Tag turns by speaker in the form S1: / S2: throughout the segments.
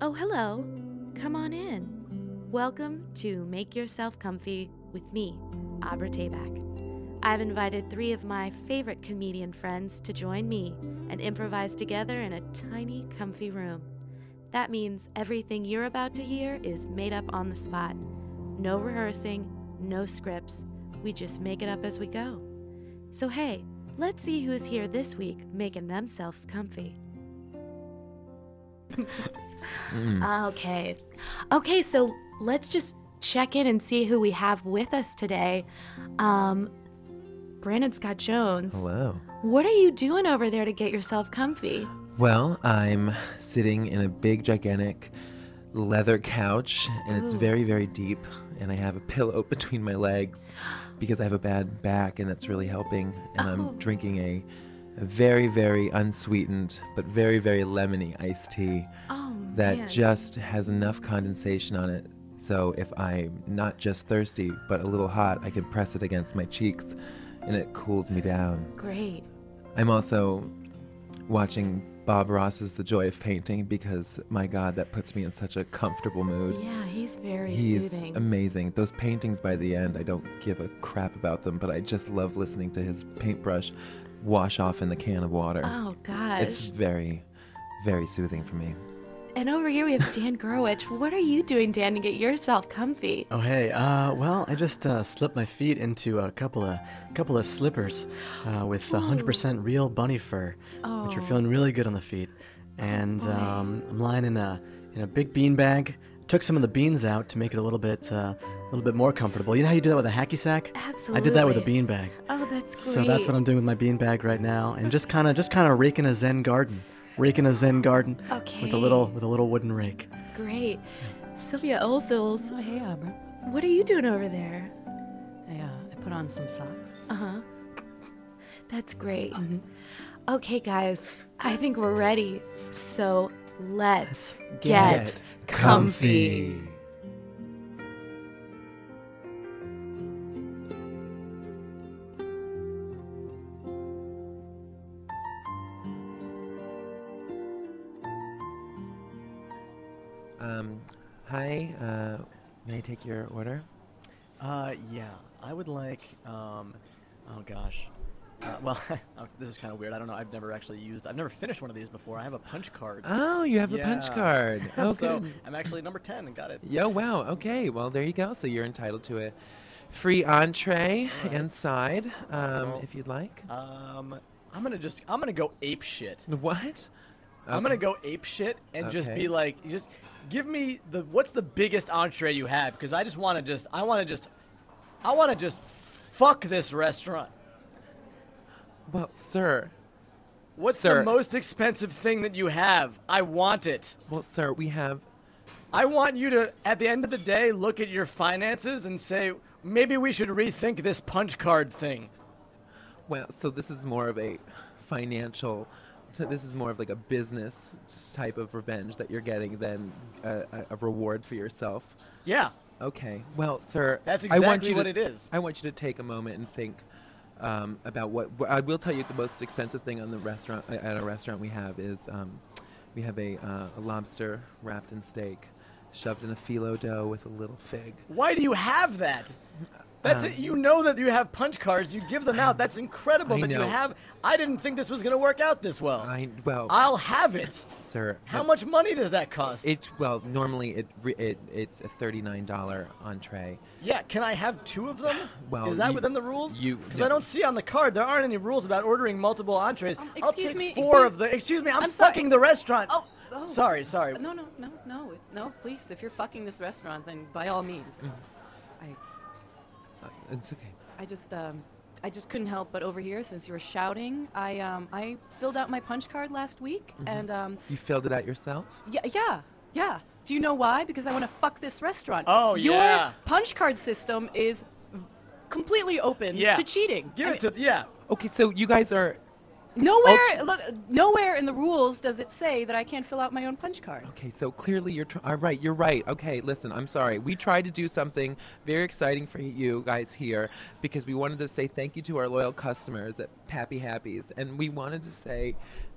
S1: Oh, hello. Come on in. Welcome to Make Yourself Comfy with me, Abra Tabak. I've invited three of my favorite comedian friends to join me and improvise together in a tiny, comfy room. That means everything you're about to hear is made up on the spot. No rehearsing, no scripts. We just make it up as we go. So, hey, let's see who's here this week making themselves comfy.
S2: Mm.
S1: Mm.
S3: Uh,
S1: Ah, Okay. Okay, so let's just check in and see who we have with us today. Um, Brandon Scott Jones,
S2: Hello.
S1: what are you doing over there to get yourself comfy?
S2: Well, I'm sitting in a big, gigantic leather couch, and it's
S1: Ooh.
S2: very, very deep. And I have a pillow between my legs because I have a bad back, and that's really helping. And
S1: Oh.
S2: I'm drinking a, a very, very unsweetened but very, very lemony iced tea
S1: Oh,
S2: that
S1: man.
S2: just has enough condensation on it. So if I'm not just thirsty but a little hot, I can press it against my cheeks, and it cools me down.
S1: Great.
S2: I'm also watching Bob Ross's The Joy of Painting because my god, that puts me in such a comfortable mood.
S1: Yeah, he's very
S2: He's
S1: soothing.
S2: amazing. Those paintings by the end, I don't give a crap about them, but I just love listening to his paintbrush wash off in the can of water.
S1: oh, gosh.
S2: it's very, very soothing for me.
S1: And over here we have Dan Gerwich. What are you doing, Dan, to get yourself comfy?
S3: Oh hey, uh, well I just uh, slipped my feet into a couple of couple of slippers uh, with 100% real bunny fur, which are
S1: Oh.
S3: feeling really good on the feet. And um, I'm lying in a in a big bean bag. Took some of the beans out to make it a little bit uh, a little bit more comfortable. You know how you do that with a hacky sack? I did that with a
S1: Absolutely.
S3: bean bag.
S1: Oh, that's great.
S3: So that's what I'm doing with my bean bag right now, and just kind of just kind of raking a Zen garden, raking a Zen garden with
S1: Okay.
S3: a little with a little wooden rake.
S1: Great. Sylvia Ozuls,
S4: Hmm. Oh, hey, Abra.
S1: what are you doing over there?
S4: I, uh, I put on some socks. Mm-hmm.
S1: Uh huh. That's great. Okay, guys, I think we're ready. So let's get, comfy.
S2: Um, hi, uh, may I take your order?
S3: Uh, yeah, I would like. Um, oh gosh. Uh, well, oh, this is kind of weird. I don't know. I've never actually used. I've never finished one of these before. I have a punch card.
S2: Oh, you have a punch
S3: Yeah.
S2: card. Oh,
S3: so
S2: good.
S3: I'm actually number ten and got it.
S2: Yo, wow. Okay. Well, there you go. So you're entitled to a free entree
S3: Alright.
S2: and side, um,
S3: Well-
S2: if you'd like.
S3: Um, I'm gonna just. I'm gonna go ape shit.
S2: What?
S3: I'm gonna go ape shit and just
S2: Okay.
S3: be like, you just give me the what's the biggest entree you have? Because I just want to just. I want to just. I want to just fuck this restaurant.
S2: Well, sir.
S3: What's
S2: Sir.
S3: the most expensive thing that you have? I want it.
S2: Well, sir, we have.
S3: I want you to, at the end of the day, look at your finances and say, maybe we should rethink this punch card thing.
S2: Well, so this is more of a financial. So this is more of like a business type of revenge that you're getting than a, a, a reward for yourself.
S3: Yeah.
S2: Okay. Well, sir,
S3: That's
S2: I want
S3: exactly
S2: you
S3: what
S2: to,
S3: it is.
S2: I want you to take a moment and think um, about what wh- I will tell you. The most expensive thing on the restaurant uh, at a restaurant we have is um, we have a, uh, a lobster wrapped in steak, shoved in a phyllo dough with a little fig.
S3: Why do you have that? That's
S2: Um,
S3: it. You know that you have punch cards. You give them out. That's incredible
S2: I
S3: that you
S2: know.
S3: have. I didn't think this was going to work out this well.
S2: I well,
S3: I'll have it.
S2: sir,
S3: How
S2: that-
S3: much money does that cost?
S2: It well normally it re- it it's a thirty nine dollar entree.
S3: yeah, can I have two of them?
S2: Well,
S3: is that
S2: you-
S3: within the rules?
S2: you-
S3: because I don't see on the card there aren't any rules about ordering multiple entrees.
S4: Um,
S3: I'll
S4: excuse
S3: take
S4: me,
S3: four
S4: excuse-
S3: of the. Excuse me, I'm,
S4: I'm sorry.
S3: fucking the restaurant.
S4: Oh, oh.
S3: sorry, sorry.
S4: No, no, no, no, no. Please, if you're fucking this restaurant, then by all means.
S3: Mm.
S4: I,
S2: Uh, It's okay.
S4: I just, um, I just couldn't help but over here since you were shouting. I, um, I filled out my punch card last week,
S3: Mm-hmm.
S4: and um,
S2: Mm-hmm. You filled it out yourself.
S4: yeah, yeah, yeah. Do you know why? Because I want to fuck this restaurant.
S3: Oh,
S4: Your
S3: yeah.
S4: punch card system is completely open
S3: Yeah.
S4: to cheating.
S3: Give
S4: I
S3: it to yeah.
S2: Okay, so you guys are
S4: Nowhere,
S2: Ulti-
S4: look, nowhere in the rules does it say that I can't fill out my own punch card.
S2: Okay, so clearly you're tr- all right. You're right. Okay, listen, I'm sorry. We tried to do something very exciting for you guys here because we wanted to say thank you to our loyal customers at Pappy Happies, and we wanted to say,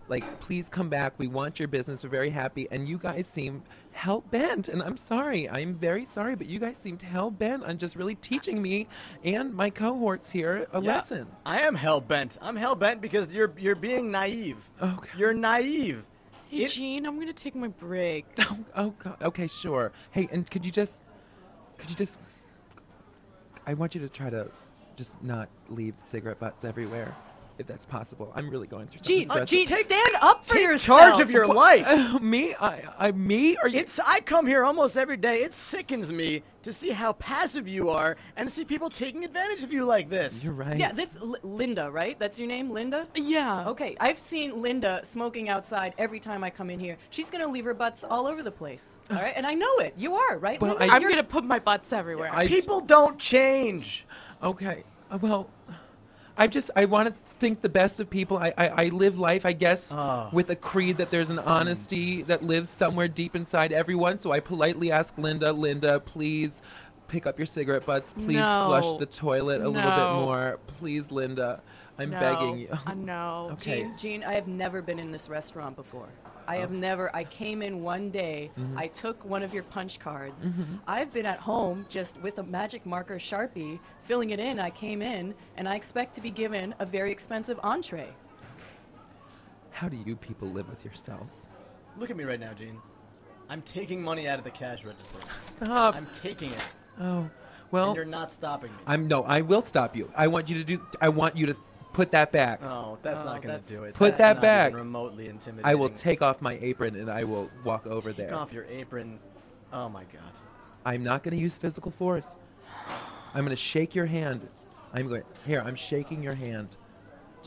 S2: like, please come back. We want your business. We're very happy, and you guys seem hell bent. And I'm sorry, I'm very sorry, but you guys seemed hell bent on just really teaching me and my cohorts here a
S3: Yeah.
S2: lesson.
S3: I am hell bent. I'm hell bent because you're you're being naive.
S2: Okay.
S3: You're naive.
S4: Hey,
S3: It-
S4: Gene, I'm gonna take my break.
S2: Oh, oh God. Okay, sure. Hey, and could you just, could you just, I want you to try to, just not leave cigarette butts everywhere, if that's possible. I'm really going through.
S4: Gene,
S2: something
S4: Gene,
S2: stressful.
S3: take-
S4: stand up for
S3: Take
S4: yourself.
S3: charge of your life.
S2: Uh, Oh. me? I, I, me? Are you?
S3: It's I come here almost every day. It sickens me to see how passive you are and to see people taking advantage of you like this.
S2: You're right.
S4: Yeah, this L- Linda, right? That's your name, Linda.
S1: Yeah.
S4: Okay, I've seen Linda smoking outside every time I come in here. She's gonna leave her butts all over the place. All right, and I know it. You are right.
S2: Well,
S4: Linda?
S2: I-
S1: I'm
S4: You're-
S1: gonna put my butts everywhere.
S2: I-
S3: People don't change.
S2: Okay. Uh, Well, I just I want to think the best of people. I I, I live life, I guess,
S3: Ah.
S2: with a creed that there's an honesty that lives somewhere deep inside everyone. So I politely ask Linda, Linda, please pick up your cigarette butts. Please flush
S1: No.
S2: the toilet a little bit
S1: No.
S2: more. Please, Linda, I'm
S1: No.
S2: begging you.
S1: I know.
S2: Okay.
S4: Gene, Gene, I have never been in this restaurant before. I have never. I came in one day.
S2: Mm-hmm.
S4: I took one of your punch cards. I've been at home just with a magic marker sharpie, filling it in. I came in, and I expect to be given a very expensive entree.
S2: How do you people live with yourselves?
S3: Look at me right now, Gene. I'm taking money out of the cash register.
S2: Stop.
S3: I'm taking it.
S2: oh,
S3: and
S2: well,
S3: you're not stopping me.
S2: I'm no. I will stop you. I want you to do. I want you to put that back.
S3: oh, that's
S4: Oh,
S3: not going
S4: that's-
S3: to do it.
S2: Put that
S3: That's not
S2: back.
S3: even remotely intimidating.
S2: I will take off my apron and I will walk over
S3: Take
S2: there.
S3: off your apron. Oh my god.
S2: I'm not going to use physical force. I'm going to shake your hand. I'm going here. I'm shaking your hand.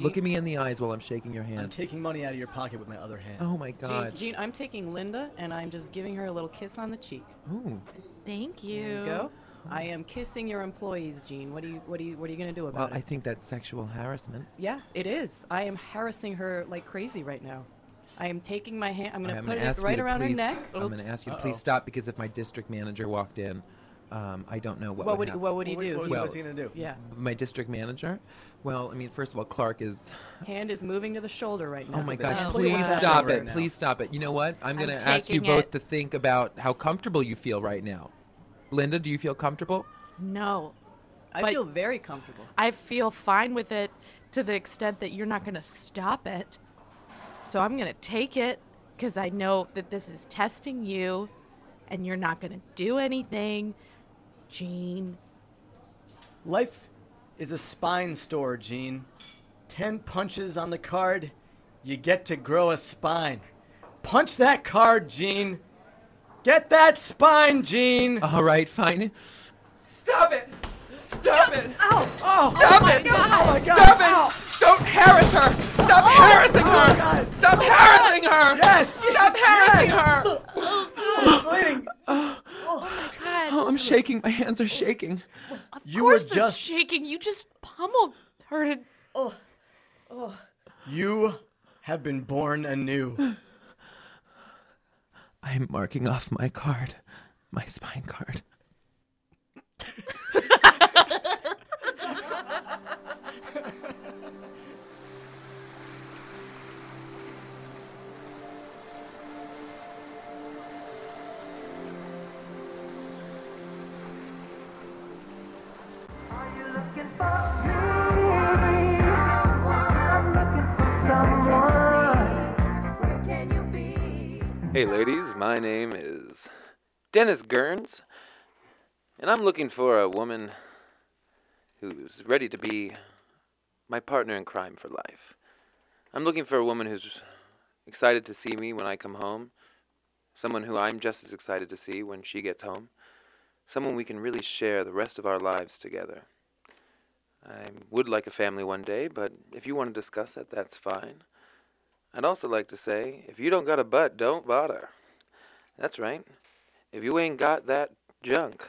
S2: Look at me in the eyes while I'm shaking your
S3: I'm
S2: hand.
S3: taking money out of your pocket with my other hand.
S2: oh my
S4: Gene,
S2: God.
S4: Gene, I'm taking Linda, and I'm just giving her a little kiss on the cheek.
S2: Ooh.
S1: Thank you.
S4: There you go. I am kissing your employees, Gene. What do you? What do you? What are you gonna do
S2: Well,
S4: about
S2: I
S4: it?
S2: think that's sexual harassment.
S4: Yeah, it is. I am harassing her like crazy right now. I am taking my hand. I'm gonna
S2: I'm
S4: put
S2: gonna
S4: it
S2: ask you
S4: right
S2: to
S4: around her
S2: please-
S4: neck.
S2: I'm going to
S4: Oops.
S2: ask you to
S3: Uh-oh.
S2: please stop because if my district manager walked in, um, I don't know what, would
S4: What would he,
S2: happen.
S4: what would he
S3: What-
S4: do?
S3: What was,
S4: He-
S2: Well-
S3: what's he gonna do?
S4: yeah,
S2: my district manager? Well, I mean, first of all, Clark is.
S4: hand is moving to the shoulder right now.
S2: Oh my
S3: that's
S2: gosh!
S1: completely
S2: Please
S1: what's
S2: stop
S3: happening
S2: it!
S3: right now.
S2: Please stop it! You know what? I'm going to
S1: I'm
S2: ask you
S1: taking
S2: both
S1: it.
S2: to think about how comfortable you feel right now. Linda, do you feel comfortable?
S1: No,
S4: I
S1: But-
S4: feel very comfortable.
S1: I feel fine with it to the extent that you're not going to stop it. So I'm going to take it because I know that this is testing you and you're not going to do anything. Gene.
S3: Life is a spine store, Gene. Ten punches on the card, you get to grow a spine. Punch that card, Gene. Get that spine, Gene.
S2: All right, fine. Stop it! Stop it!
S3: oh,
S2: Stop
S1: my
S2: it!
S1: God.
S3: Oh my God.
S2: Stop it! Don't harass her! Stop harassing
S3: oh my
S2: her!
S3: God.
S2: Stop harassing her!
S3: Yes!
S2: Stop harassing her!
S3: it's bleeding.
S2: Oh, I'm shaking. My hands are shaking.
S1: Of
S3: You
S1: course
S3: were
S1: they're
S3: just- Oh,
S1: shaking. You just pummeled her. To...
S3: You have been born anew.
S2: I'm marking off my card, my spine card.
S5: Are you looking for beauty? I'm looking for someone. Where can you be?
S2: Hey, ladies, my name is Dennis Gerns, and I'm looking for a woman who's ready to be my partner in crime for life. I'm looking for a woman who's excited to see me when I come home, someone who I'm just as excited to see when she gets home, someone we can really share the rest of our lives together. I would like a family one day, but if you want to discuss that, that's fine. I'd also like to say, if you don't got a butt, don't bother. That's right. If you ain't got that junk,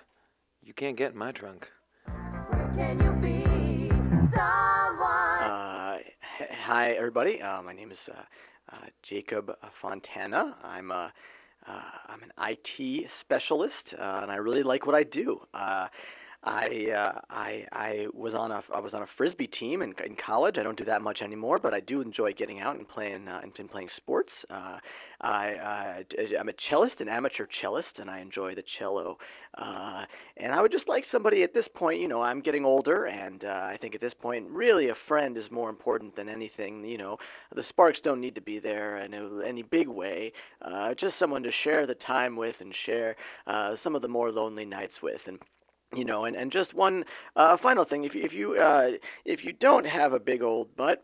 S2: you can't get in my trunk.
S5: Where can you be? Someone.
S3: Uh, h- hi, everybody. Uh, my name is uh, uh, Jacob Fontana. I'm a, uh, I'm an IT specialist, uh, and I really like what I do. Uh, I uh, I I was on a I was on a frisbee team in, in college. I don't do that much anymore, but I do enjoy getting out and playing uh, and, and playing sports. Uh, I, I I'm a cellist, an amateur cellist, and I enjoy the cello. Uh, and I would just like somebody at this point. You know, I'm getting older, and uh, I think at this point, really, a friend is more important than anything. You know, the sparks don't need to be there in a- any big way. Uh, just someone to share the time with and share uh, some of the more lonely nights with, and you know and, and just one uh, final thing if you if you uh, if you don't have a big old butt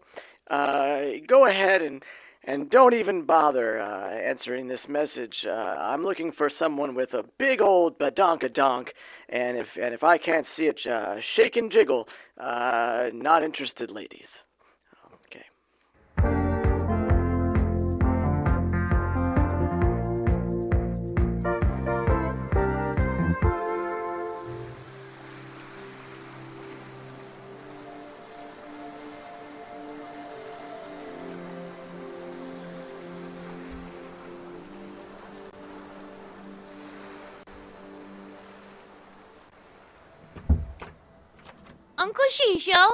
S3: uh, go ahead and and don't even bother uh, answering this message uh, i'm looking for someone with a big old badonka donk and if and if i can't see it uh, shake and jiggle uh, not interested ladies okay
S6: Uncle Shisho,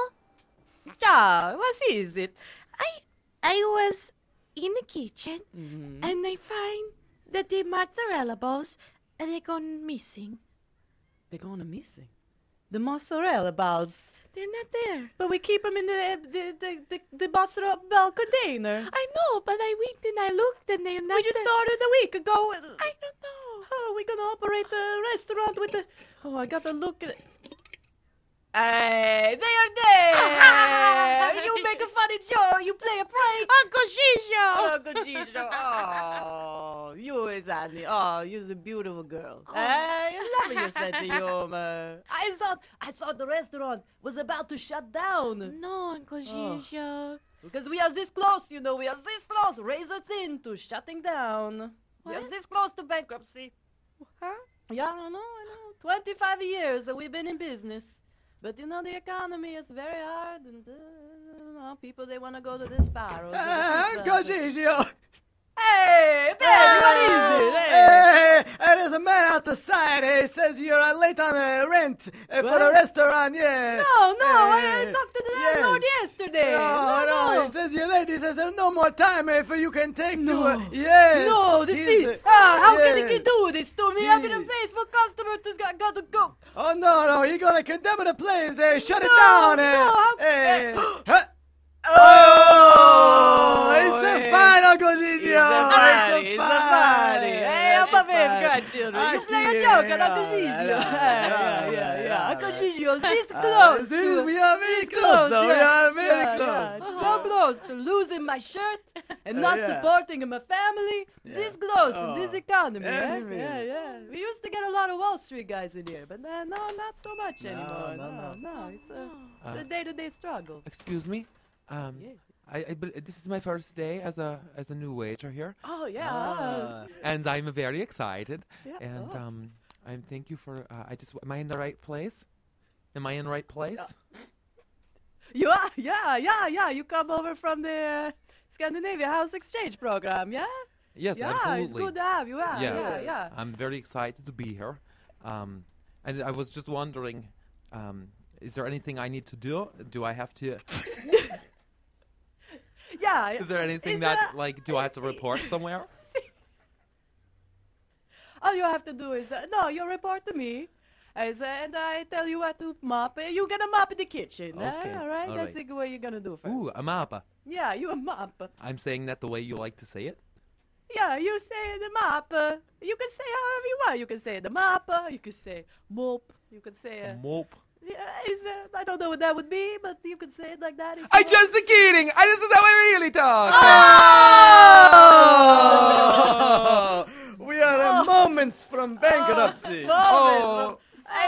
S7: Yeah, what is it?
S1: I I was in the kitchen
S3: Mm-hmm.
S7: Mhm.
S1: and I find that the mozzarella balls uh, they gone missing.
S7: They're gonna missing. The mozzarella balls.
S1: They're not there.
S7: But we keep them in the the the, the, the mozzarella ball container.
S1: I know, but I went and I looked and they're not
S7: we just
S1: there.
S7: started a week ago.
S1: I don't know.
S7: How are we gonna operate the restaurant with the? Oh, I gotta look at. Hey, they are there! you make a funny joke. You play a prank.
S1: Uncle Shisho!
S7: Oh, good Jesus. Oh, you is Annie. Oh, you're a beautiful girl.
S4: Oh.
S1: Oh.
S7: I love your sense of humor. I thought I thought the restaurant was about to shut down
S1: No, Uncle
S7: Oh.
S1: Shisho.
S7: because we are this close. You know, we are this close, razor thin to shutting down. We are
S1: What?
S7: this close to bankruptcy.
S1: Huh?
S7: Yeah, I know, I know. 25 years that we've been in business. But you know, the economy is very hard, and uh, uh, people, they want to go to the spa. or to the
S5: Ah,
S7: pizza.
S5: Uncle Gigio!
S7: Hey,
S5: Eh,
S7: baby, what is it? Hey.
S5: Hey, hey, there's eh, a man out the side. He says you're uh, late on uh, rent uh, for the
S7: What?
S5: restaurant. Yeah.
S7: No, no, I, I
S5: Hey,
S7: talked to the
S5: yes.
S7: landlord yesterday.
S5: No,
S7: no,
S5: no, he says you're late. He says there's no more time if you can take
S7: No.
S5: to. Uh, yeah.
S7: No, this
S5: He's,
S7: is.
S5: uh,
S7: Ah, how
S5: yeah.
S7: can he do this to me? I've been a
S5: He-
S7: faithful customer to got, got to go.
S5: Oh no, no, you're gonna condemn the place. Hey, shut it down.
S7: No, no,
S5: eh.
S7: I'm-
S5: hey.
S7: eh.
S5: Huh?
S7: Oh,
S5: Oh, it's a fine, Uncle Gigio.
S7: He's a body, he's a body. Hey,
S5: It's
S7: up
S5: a
S7: of him,
S5: fine.
S7: grandchildren.
S5: I
S7: you play a
S5: hear
S7: joke,
S5: you.
S7: and Uncle
S5: All
S7: Gigio.
S5: right, all
S7: Yeah,
S5: right,
S7: yeah,
S5: all
S7: yeah.
S5: right,
S7: Uncle
S5: all right.
S7: Gigio's eh, this
S5: Uh,
S7: close.
S5: this-
S7: to-
S5: we are very
S7: this
S5: close, though. We
S7: yeah,
S5: are very
S7: yeah,
S5: close.
S7: yeah. So close to losing my shirt and
S5: Uh,
S7: not
S5: yeah.
S7: supporting my family. This close in this
S5: Oh,
S7: economy. eh?
S5: enemy.
S7: Yeah, yeah. We used to get a lot of Wall Street guys in here, but uh, no, not so much
S5: No,
S7: anymore.
S5: no,
S7: no, no. It's a, it's
S2: Uh,
S7: a day-to-day struggle.
S2: Excuse me. Um,
S7: Yeah.
S2: I, I bel this is my first day as a as a new waiter here,
S7: Oh yeah.
S5: Ah.
S2: and I'm very excited.
S7: Yeah,
S2: And
S7: oh.
S2: um, I'm thank you for. Uh, I just am I in the right place? Am I in the right place?
S7: You are, yeah, yeah, yeah. You come over from the uh, Scandinavia House Exchange Program, yeah?
S2: Yes,
S7: yeah,
S2: absolutely.
S7: it's good to have you. Yeah,
S2: Yeah.
S7: yeah, yeah.
S2: I'm very excited to be here. Um, and I was just wondering, um, is there anything I need to do? Do I have to?
S7: Yeah. yeah.
S2: Is there anything
S7: Is
S2: that
S7: there-
S2: like? Do I have to
S7: see-
S2: report somewhere?
S7: All you have to do is, uh, no, you report to me. As, uh, and I tell you what to mop. Uh, you gonna mop the kitchen, eh?
S2: Okay,
S7: all right?
S2: all
S7: That's
S2: right.
S7: the way you're gonna do first.
S2: Ooh, a mapa.
S7: Yeah, you a mop.
S2: I'm saying that the way you like to say it.
S7: Yeah, you say the mop. Uh, you can say however you want. You can say the mop. uh, You can say mop. You can say, uh,
S2: Mope.
S7: yeah, is, uh, I don't know what that would be, but you can say it like that. if you
S2: I
S7: want.
S2: just kidding. I this is how I really talk.
S5: Oh, we are
S7: Oh.
S5: uh, moments from bankruptcy.
S7: Oh,
S2: Oh.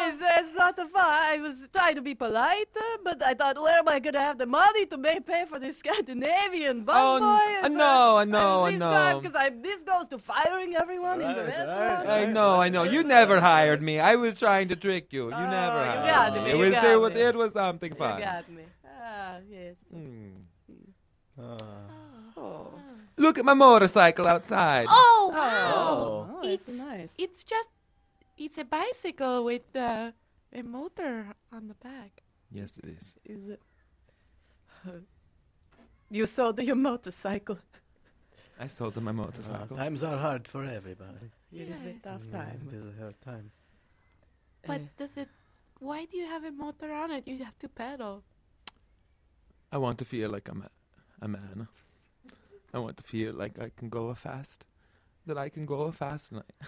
S7: it's, it's not the fun. I was trying to be polite, uh, but I thought, where am I gonna have the money to make pay for this Scandinavian busboy?
S2: Oh, n-
S7: And
S2: uh, no, I
S7: I'm
S2: know, I
S7: this
S2: know.
S7: because I this goes to firing everyone in the
S5: Right, right,
S7: restaurant.
S5: right.
S2: I know, I know. You never hired me. I was trying to trick you. You
S7: Oh,
S2: never
S7: you
S2: hired
S7: got
S2: me.
S7: me,
S2: It
S7: you
S2: was
S7: got
S2: it was
S7: me.
S2: it was something
S7: You
S2: fun.
S7: got me. Ah, yes.
S2: Hmm.
S3: Ah.
S7: Oh,
S2: Look at my motorcycle outside.
S1: Oh,
S7: oh,
S1: wow.
S7: it's
S1: It's-
S7: nice.
S1: It's just, it's a bicycle with uh,
S8: a motor on the back.
S2: Yes, it is.
S7: Is it? You sold your motorcycle.
S9: I sold them my
S2: "Oh."
S9: motorcycle.
S3: Ah, times are hard for everybody.
S7: It is a tough
S3: It
S7: time.
S3: is a hard time.
S8: But
S7: Eh.
S8: does it? Why do you have a motor on it? You have to pedal.
S2: I want to feel like I'm a, a man. I want to feel like I can go fast. That I can go fast. And I,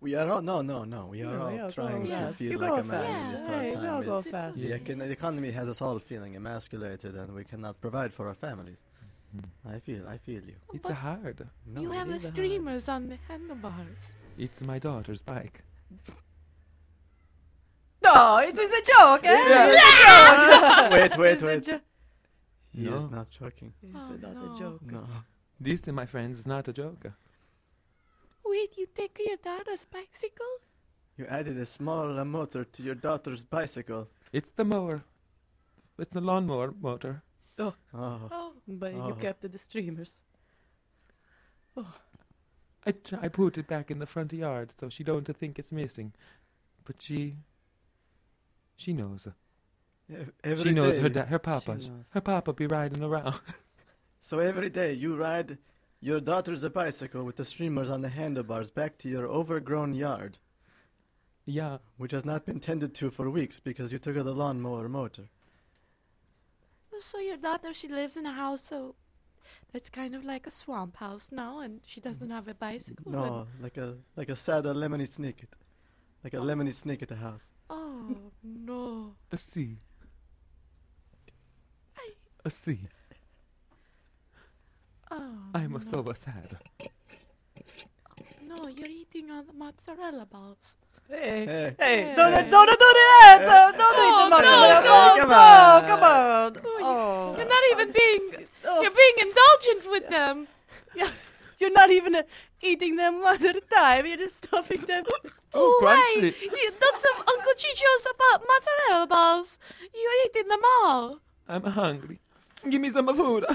S3: We are all no, no, no. We
S7: No,
S3: are all
S7: we are
S3: trying
S7: going
S3: to
S7: fast.
S3: feel
S7: You
S3: like
S7: go
S3: a man.
S8: fast.
S3: It's just
S8: Yeah,
S3: hard
S8: you
S3: time.
S7: go
S3: It-
S8: Just
S7: fast.
S8: so
S3: the,
S8: you
S3: econ- the economy has us all feeling emasculated, and we cannot provide for our families. I feel, I feel you.
S2: Mm-hmm. it's
S8: But
S2: hard.
S3: No,
S8: you
S3: it
S8: have a
S3: is hard.
S8: streamers on the handlebars.
S2: It's my daughter's bike.
S7: No, it is a joke. Eh?
S3: wait, wait,
S7: It's a
S3: wait.
S7: jo-
S3: He
S2: No.
S3: is not joking.
S7: It's
S8: Oh,
S7: not
S8: no.
S7: a joke.
S3: No.
S2: This, my friends, is not a joke.
S8: Wait, you take your daughter's bicycle?
S3: You added a small uh, motor to your daughter's bicycle.
S2: It's the mower. It's the lawnmower motor.
S3: Oh,
S8: Oh,
S7: But
S3: Oh.
S7: you kept the streamers.
S2: I, tr- I put it back in the front yard so she don't think it's missing. But she, she knows.
S3: Ev- every
S2: she knows her
S3: day.
S2: da- her papa.
S7: knows.
S2: Her papa be riding around.
S3: So every day you ride your daughter's a bicycle with the streamers on the handlebars back to your overgrown yard,
S2: yeah,
S3: which has not been tended to for weeks because you took her the lawnmower motor.
S8: so your daughter she lives in a house so that's kind of like a swamp house now, and she
S7: Mm.
S8: doesn't have a bicycle. and-
S3: No, like a like a sad uh, lemony snicket, like a lemony snicket house.
S8: oh no.
S2: a C. A C.
S8: Oh.
S2: I'm so sad.
S8: No, you're eating all the mozzarella balls.
S7: Hey,
S3: Hey,
S7: hey,
S8: Hey. Oh,
S7: don't, don't, don't do that! Don't, don't eat the
S8: No,
S7: mozzarella
S8: no,
S7: balls.
S3: come
S7: No, come
S3: on.
S7: on. Oh.
S8: You're not even being.
S7: Oh.
S8: You're being indulgent with them.
S7: You're not even uh, eating them one at a time. You're just stuffing them.
S2: Oh,
S8: Why?
S2: crunchy.
S8: You, that's some Uncle Chicho's about mozzarella balls. You're eating them all.
S2: I'm hungry. Give me some food.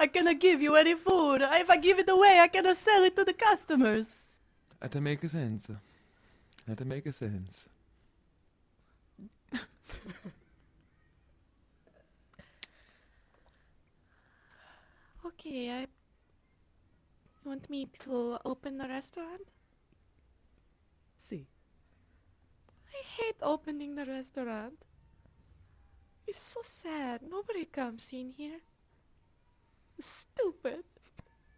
S7: I cannot give you any food. If I give it away, I cannot sell it to the customers.
S2: That make a sense. That make a sense.
S8: Okay, I. You want me to open the restaurant?
S7: See,
S8: I hate opening the restaurant. It's so sad. Nobody comes in here. Stupid.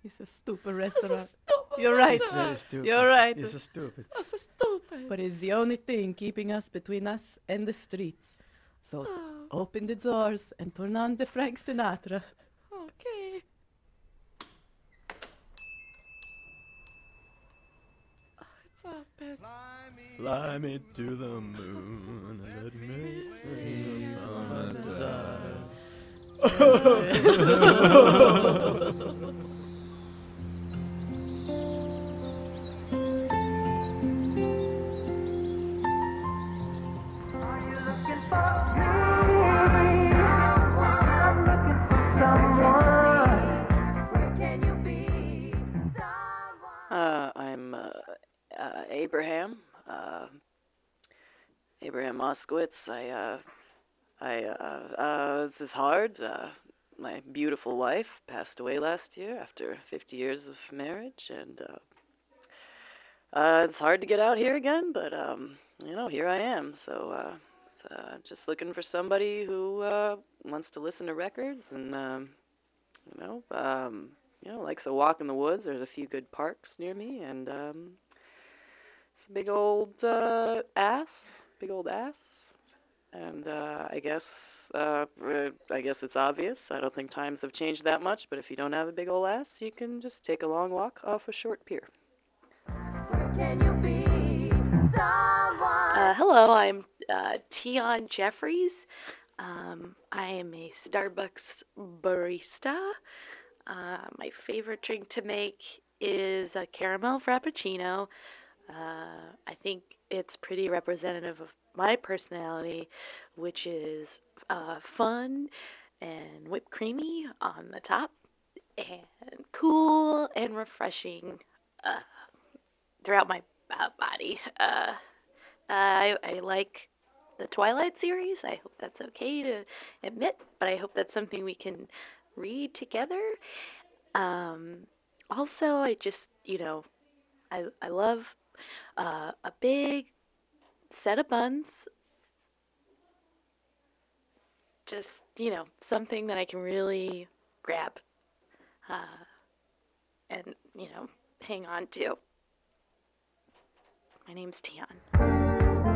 S7: it's a stupid
S8: This
S7: restaurant.
S8: is stupid.
S7: You're right.
S3: it's very
S8: restaurant.
S3: stupid.
S7: You're right.
S3: It's so stupid.
S8: This is stupid.
S7: But it's the only thing keeping us between us and the streets. So
S8: Oh,
S7: open the doors and turn on the Frank Sinatra.
S8: okay. Oh, it's open.
S3: Fly me to the moon, and let me sing among the stars.
S5: Are you looking for beauty? I'm looking for someone. Where can you be? Someone.
S4: Uh, I'm uh, uh, Abraham. Uh, Abraham Moskowitz. I, uh, I, uh, uh, this is hard. Uh, my beautiful wife passed away last year after 50 years of marriage, and uh, uh, it's hard to get out here again. But um, you know, here I am. So. Uh, uh, just looking for somebody who uh, wants to listen to records and um, you know um, you know, likes a walk in the woods. There's a few good parks near me, and um, it's a big old uh, ass, big old ass. And uh, I guess uh, uh, I guess it's obvious. I don't think times have changed that much, but if you don't have a big old ass, you can just take a long walk off a short pier.
S5: Where can you be? Someone.
S1: Uh, hello, I'm uh, Tion Jeffries. Um, I am a Starbucks barista. Uh, my favorite drink to make is a caramel frappuccino. Uh, I think it's pretty representative of my personality, which is uh, fun and whipped creamy on the top, and cool and refreshing uh, throughout my
S10: uh, body. Uh, I, I like the Twilight series. I hope that's okay to admit, but I hope that's something we can read together. Um, also, I just, you know, I, I love uh, a big set of buns. Just, you know, something that I can really grab uh, and, you know, hang on to. My name's Tian.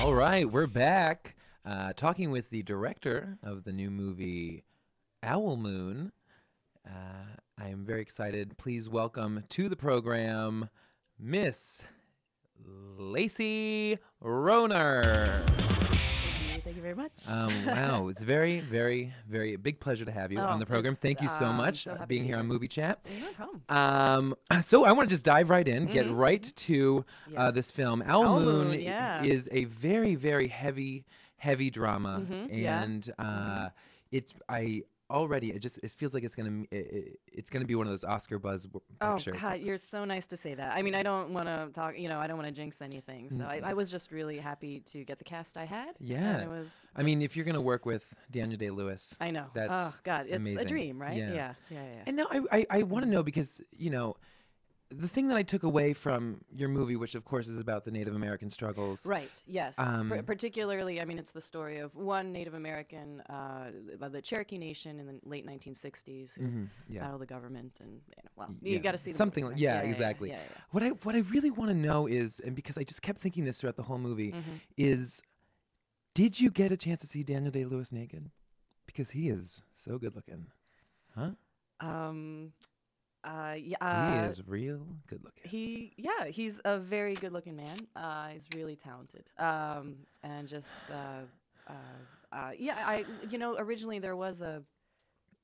S2: All right, we're back uh, talking with the director of the new movie Owl Moon. Uh, I am very excited. Please welcome to the program Miss Lacey Roner.
S4: Thank you very much.
S2: Um, wow, it's very, very, very a big pleasure to have you on
S4: Oh,
S2: the program.
S4: it's-
S2: Thank you so
S4: I'm
S2: much
S4: so
S2: for
S4: happy
S2: being
S4: to be
S2: here on Movie Chat.
S4: No problem.
S2: Um, so I want to just dive right in, get
S4: Mhm.
S2: right to
S4: Yeah.
S2: uh, this film. Owl,
S4: Owl
S2: Moon,
S4: Moon, yeah.
S2: is a very, very heavy, heavy drama,
S4: Mhm, yeah.
S2: and uh, it's I already it just it feels like it's gonna it, it, it's gonna be one of those Oscar buzz w-
S4: Oh
S2: pictures.
S4: God, you're so nice to say that. I mean, I don't want to talk. You know, I don't want to jinx anything. So I, I was just really happy to get the cast I had. and
S2: Mm-hmm. Yeah,
S4: it was.
S2: I mean, if you're gonna work with Daniel Day Lewis,
S4: I know.
S2: That's
S4: oh God, it's
S2: amazing.
S4: a dream, right?
S2: Yeah.
S4: Yeah, yeah, yeah.
S2: And now I, I, I want to know because, you know, the thing that I took away from your movie, which of course is about the Native American struggles.
S4: Right. Yes. Par-
S2: Um,
S4: particularly, I mean, it's the story of one Native American, uh, by the Cherokee Nation in the late 1960s, who
S2: Mhm, yeah.
S4: battled the government, and you know, well,
S2: yeah,
S4: you got to see the movie,
S2: something. like
S4: right?
S2: yeah, exactly.
S4: yeah, yeah.
S2: What I what I really want to know is, and because I just kept thinking this throughout the whole movie,
S4: Mhm.
S2: is did you get a chance to see Daniel Day Lewis naked? Because he is so good looking, huh?
S4: Um, uh, yeah. uh,
S2: he is real good looking.
S4: He, yeah, he's a very good-looking man. Uh, he's really talented, um, and just, uh, uh, uh, yeah, I, you know, originally there was a.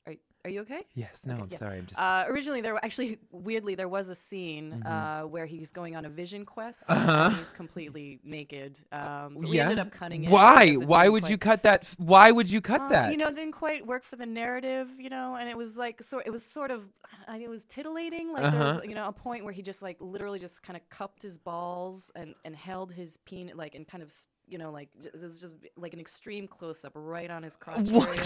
S4: Are, are you okay?
S2: Yes. No,
S4: Okay,
S2: I'm
S4: yeah.
S2: sorry. I'm just.
S4: Uh, originally, there actually, weirdly, there was a scene
S2: Mhm.
S4: uh, where he's going on a vision quest.
S2: Uh-huh.
S4: And he's completely naked. Um, but We ended up cutting it.
S2: Why?
S4: because it
S2: Why
S4: didn't
S2: would you
S4: quite-
S2: cut that? f- Why would you cut
S4: Uh,
S2: that?
S4: You know, it didn't quite work for the narrative. You know, and it was like so. It was sort of, I mean, it was titillating. Like there
S2: Uh-huh.
S4: was, you know, a point where he just like literally just kind of cupped his balls and and held his penis like and kind of. s- You know, like j- it was just like an extreme close up right on his crotch
S2: What?
S4: area,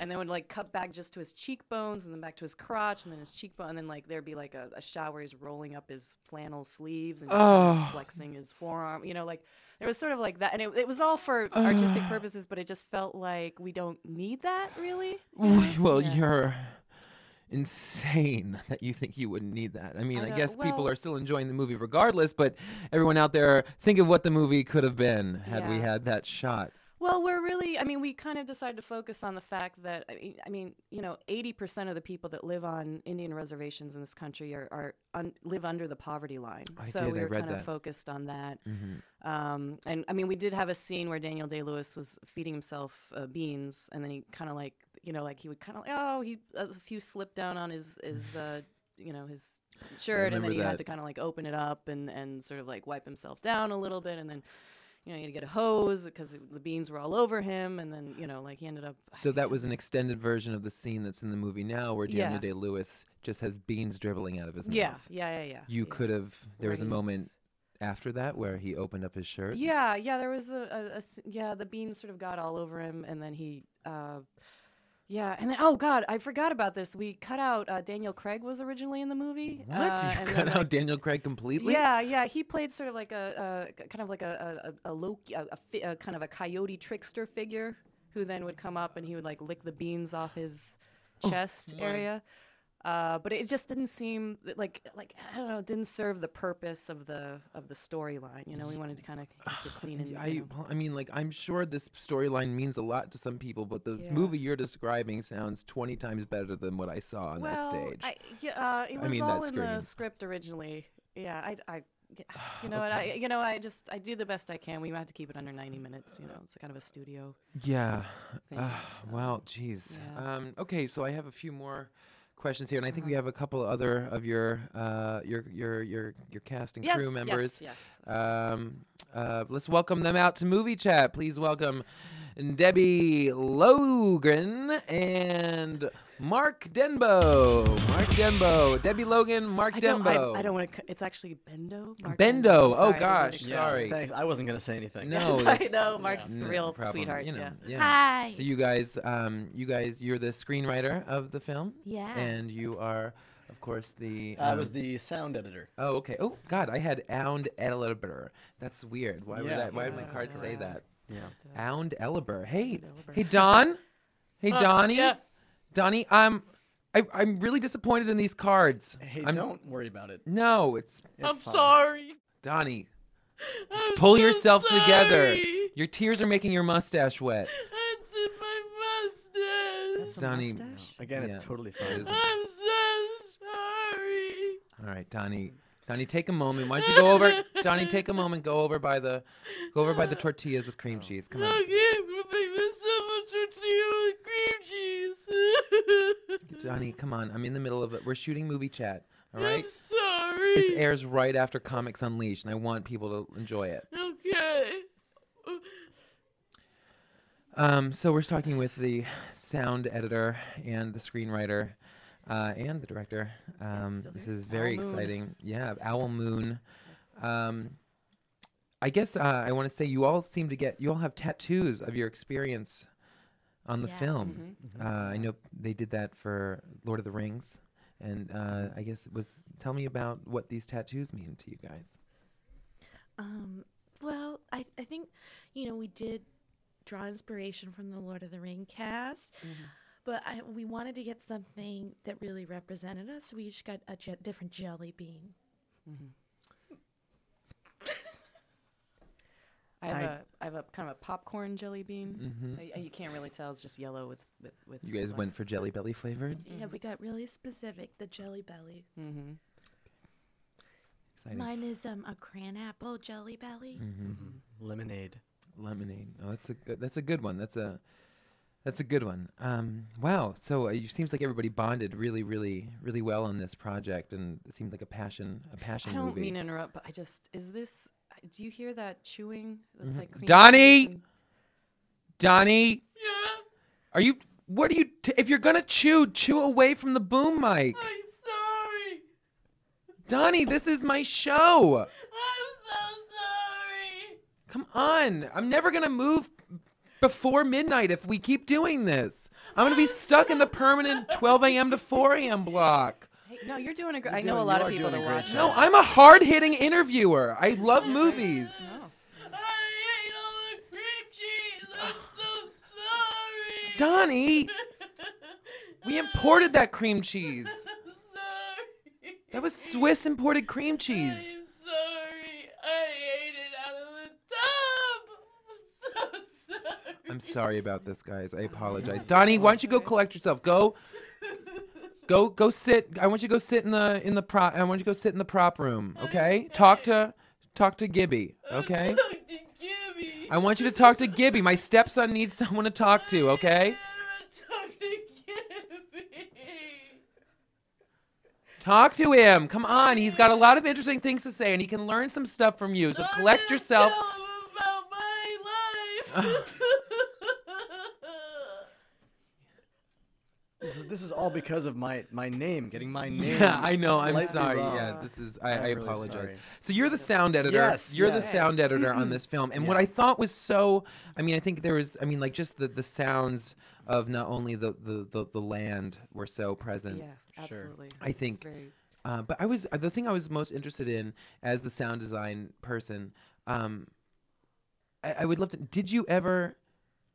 S4: and then would like cut back just to his cheekbones, and then back to his crotch, and then his cheekbone, and then like there'd be like a, a shower. He's rolling up his flannel sleeves and just kind
S2: Oh.
S4: of flexing his forearm. You know, like it was sort of like that, and it, it was all for artistic
S2: Ugh.
S4: purposes, but it just felt like we don't need that really.
S2: W- Well,
S4: Yeah.
S2: you're insane that you think you wouldn't need that. I mean,
S4: I
S2: I,
S4: know.
S2: guess people
S4: Well-
S2: are still enjoying the movie regardless, but everyone out there, think of what the movie could have been had we
S4: Yeah.
S2: had that shot.
S4: Well, we're really, I mean, we kind of decided to focus on the fact that, I mean, I mean you know, 80% of the people that live on Indian reservations in this country are, are un, live under the poverty line.
S2: I
S4: so
S2: did,
S4: we
S2: I
S4: were
S2: read
S4: kind
S2: that.
S4: of focused on that.
S2: Mhm.
S4: Um, and I mean, we did have a scene where Daniel Day Lewis was feeding himself uh, beans, and then he kind of like, you know, like he would kind of, oh, he a few slipped down on his his, uh, you know, his shirt, and
S2: remember
S4: then he
S2: that.
S4: had to kind of like open it up and and sort of like wipe himself down a little bit, and then. You know, he had to get a hose because the beans were all over him, and then you know, like he ended up.
S2: So that was an extended version of the scene that's in the movie now where Daniel
S4: Yeah.
S2: Day Lewis just has beans dribbling out of his mouth.
S4: Yeah, yeah, yeah, yeah.
S2: You
S4: yeah.
S2: could have, there was a
S4: Right.
S2: moment after that where he opened up his shirt.
S4: Yeah, yeah, there was a, a- a s- yeah, the beans sort of got all over him, and then he, uh, yeah, and then oh god, I forgot about this. We cut out uh, Daniel Craig was originally in the movie.
S2: What?
S4: uh,
S2: you
S4: and
S2: cut
S4: then,
S2: out
S4: like-
S2: Daniel Craig completely?
S4: Yeah, yeah, he played sort of like a, a kind of like a a, a, a Loki, a, a, fi- a kind of a coyote trickster figure who then would come up and he would like lick the beans off his chest
S2: Oh, my.
S4: area. Uh, but it just didn't seem th- like like I don't know, it didn't serve the purpose of the of the storyline. You know, we wanted to kind of keep it clean and you
S2: I,
S4: know.
S2: well, I mean, like, I'm sure this storyline means a lot to some people, but the
S4: Yeah.
S2: movie you're describing sounds 20 times better than what I saw on
S4: well,
S2: that stage.
S4: I, yeah, uh, it
S2: I
S4: was
S2: mean, that
S4: all in
S2: screen.
S4: the script originally. Yeah, I, I yeah, you know what I,
S2: Okay.
S4: you know, I just I do the best I can. We have to keep it under 90 minutes. You know, it's kind of a studio.
S2: yeah.
S4: thing,
S2: Uh,
S4: so,
S2: well, geez.
S4: yeah. Uh-huh.
S2: Um, okay, so I have a few more questions here, and I think we have a couple other of your uh, your your your your cast and
S4: Yes,
S2: crew
S4: yes,
S2: members.
S4: yes.
S2: Um, uh, let's welcome them out to movie chat. Please welcome Debbie Logan and Mark Denbo. Mark Denbo. Debbie Logan. Mark
S4: I don't, I,
S2: Denbo.
S4: I don't want to. It's actually Bendo. Mark
S2: Bendo.
S4: I'm
S2: Oh
S4: sorry, I
S2: gosh,
S4: didn't
S3: Yeah,
S2: sorry.
S3: thanks. I wasn't gonna say anything.
S2: No,
S4: Yes, I
S2: that's-
S4: know, Mark's
S2: no
S4: a real
S2: problem,
S4: sweetheart,
S2: You know,
S4: yeah.
S1: Hi.
S2: So you guys, um, you guys, you're the screenwriter of the film.
S1: Yeah.
S2: And you are, of course, the.
S3: I was
S2: um,
S3: the sound editor.
S2: Oh, okay. Oh God, I had ound eliber. That's weird. Why would
S3: Yeah.
S2: I, Why would my
S3: Yeah,
S2: card say
S4: yeah.
S2: that?
S3: Yeah.
S2: Ound eliber. Hey,
S4: Elber.
S2: hey, Don. Hey,
S8: Uh,
S2: Donnie.
S8: yeah.
S2: Donnie, I'm, I, I'm really disappointed in these cards.
S3: Hey,
S2: I'm,
S3: don't worry about it.
S2: No, it's
S3: It's
S8: I'm
S3: fine.
S8: sorry.
S2: Donnie.
S8: I'm
S2: Pull
S8: so
S2: yourself together.
S8: sorry.
S2: Your tears are making your mustache wet.
S8: It's in my mustache.
S4: That's a
S2: Donnie-
S4: mustache?
S3: Again,
S2: Yeah.
S3: it's totally
S2: It
S3: fine.
S2: is-
S8: I'm so sorry.
S2: All right, Donnie. Donnie, take a moment. Why don't you go over? Donnie, take a moment. Go over by the, go over by the tortillas with cream cheese. Come on,
S8: Okay, I'm gonna make myself a tortilla with cream cheese.
S2: Donnie. Come on. I'm in the middle of it. We're shooting movie chat. All right.
S8: I'm sorry.
S2: This airs right after Comics Unleashed, and I want people to enjoy it.
S8: Okay.
S2: Um, so we're talking with the sound editor and the screenwriter uh, and the director. Um,
S4: still
S2: this
S4: here.
S2: is very
S4: Owl Moon.
S2: exciting. Yeah, Owl Moon. Um, I guess uh, I want to say you all seem to get you all have tattoos of your experience on the
S1: Yeah. Mm-hmm.
S2: film. Uh, I know they did that for Lord of the Rings, and uh, I guess it was tell me about what these tattoos mean to you guys.
S1: Um, well, I, I think, you know, we did draw inspiration from the Lord of the Ring cast, but I, we wanted to get something that really represented us. So we each got a je- different jelly bean.
S4: I have,
S3: I-
S4: a I have a kind of a popcorn jelly bean.
S2: hmm
S4: I- I- you can't really tell. It's just yellow with with. with
S2: You guys went for Jelly Belly flavored.
S1: Yeah, we got really specific, the jelly belly.
S4: Mm-hmm.
S2: Exciting.
S1: Mine is um, a cran apple jelly belly.
S2: Mm.
S3: Lemonade.
S2: Mm-hmm. Lemonade. Oh, that's a good. That's a good one. That's a. That's a good one. Um, wow. So uh, it seems like everybody bonded really, really, really well on this project, and it seemed like a passion, a passion
S4: I don't
S2: movie.
S4: mean to interrupt, but I just is this. Do you hear that chewing? That's like cream cheese
S2: Mm-hmm. Donnie!
S4: and-
S2: Donnie,
S8: Yeah,
S2: are you? What are you? T- if you're gonna chew, chew away from the boom mic.
S8: I'm sorry.
S2: Donnie, this is my show.
S8: I'm so sorry.
S2: Come on. I'm never gonna move before midnight if we keep doing this. I'm gonna be stuck in the permanent 12 a.m. to 4 a.m. block.
S4: Hey, no, you're doing a great. I
S3: You're
S4: know a
S3: doing-
S4: lot
S3: you
S4: of
S3: are
S4: people that
S3: doing a great
S4: watch.
S2: No,
S4: us.
S3: job.
S2: I'm a hard-hitting interviewer. I love movies.
S8: Oh.
S4: No.
S8: I ate all the cream cheese. I'm so sorry.
S2: Donnie, we imported that cream cheese.
S8: I'm sorry.
S2: That was Swiss imported cream cheese.
S8: I'm sorry. I ate it out of the tub. I'm so sorry.
S2: I'm sorry about this, guys. I apologize. Donnie, why don't you go collect yourself? Go, go, go sit. I want you to go sit in the in the prop. I want you to go sit in the prop room. Okay. Talk to, talk to Gibby. Okay.
S8: Dr. Gibby.
S2: I want you to talk to Gibby. My stepson needs someone to talk to. Okay.
S8: Dr. Gibby.
S2: Talk to him. Come on. He's got a lot of interesting things to say, and he can learn some stuff from you. So
S8: I'm
S2: collect
S8: gonna
S2: yourself.
S8: Tell him about my life.
S3: This is this is all because of my my name, getting my name.
S2: Yeah, I know. I'm
S3: slightly
S2: sorry.
S3: wrong.
S2: Yeah, this is. I,
S3: I'm
S2: I
S3: really
S2: apologize.
S3: sorry.
S2: So you're the sound editor.
S3: Yes,
S2: you're the
S3: yes.
S2: sound editor on this film. And what I thought was so. I mean, I think there was. I mean, like just the the sounds of not only the the the, the land were so present.
S4: Yeah, absolutely.
S2: I think
S4: It's very,
S2: Uh, but I was uh, the thing I was most interested in as the sound design person. Um, I, I would love to. Did you ever?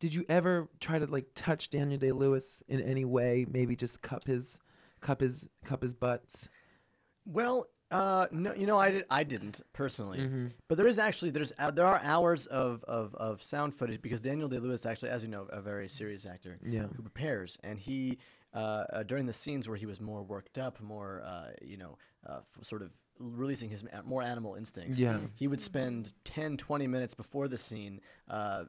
S2: Did you ever try to like touch Daniel Day Lewis in any way? Maybe just cup his, cup his, cup his butts.
S3: Well, uh, no, you know, I, did, I didn't personally,
S2: Mm-hmm.
S3: but there is actually there's uh, there are hours of, of, of sound footage because Daniel Day Lewis actually, as you know, a very serious actor
S2: Yeah.
S3: who prepares, and he uh, uh, during the scenes where he was more worked up, more uh, you know, uh, f- sort of releasing his a- more animal instincts.
S2: Yeah.
S3: He would spend 10, 20 minutes before the scene uh,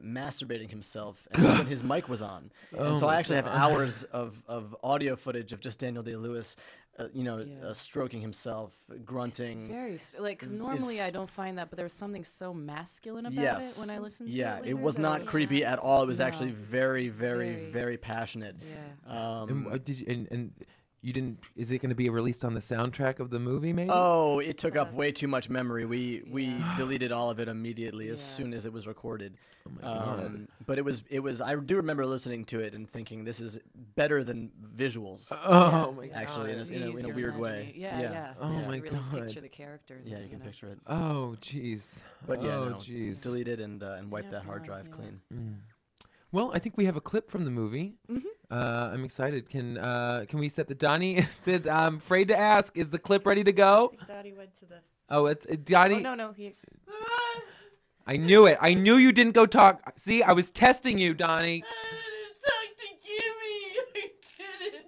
S3: masturbating himself and when his mic was on.
S2: Oh
S3: and so
S2: my
S3: I actually
S2: God.
S3: have hours of, of audio footage of just Daniel Day Lewis, uh, you know,
S4: Yeah.
S3: uh, stroking himself, grunting.
S4: Very s- like 'cause
S3: v-
S4: normally
S3: it's-
S4: I don't find that, but there was something so masculine about
S3: yes.
S4: it when I listened to it.
S3: yeah, it
S4: later
S3: was
S4: that
S3: not creepy
S4: just-
S3: at all. It was
S4: No.
S3: actually very, very,
S4: Very-
S3: very, passionate. Yeah.
S2: and, uh, did you, and, and you didn't. Is it going to be released on the soundtrack of the movie? Maybe.
S3: Oh, it took up way too much memory. We we deleted all of it immediately as soon as it was recorded. Oh my
S2: God.
S3: but it was it was I do remember listening to it and thinking this is better than visuals.
S2: Oh my
S3: Actually, in a,
S2: God.
S3: in a,
S4: You use
S3: in a
S4: your
S3: weird way.
S4: imagina- Yeah, yeah.
S2: Oh
S4: yeah.
S2: my
S4: really Picture
S2: God.
S4: the character. and
S3: Yeah,
S4: then,
S3: you can
S4: know.
S3: picture it.
S2: Oh, jeez.
S3: But yeah,
S2: oh,
S3: no,
S2: jeez.
S3: delete it and uh, and wipe
S4: Yeah,
S3: that hard
S4: God,
S3: drive
S4: yeah.
S3: clean.
S2: Mm. Well, I think we have a clip from the movie. Uh, I'm excited. Can uh, can we set the Donnie? Sid, I'm afraid to ask. Is the clip ready to go?
S4: Dottie went to the.
S2: Oh, it's it,
S4: Oh,
S2: Donnie.
S4: no, no. He,
S2: I knew it. I knew you didn't go talk. See, I was testing you, Donnie.
S8: talk to Kimmy. I didn't.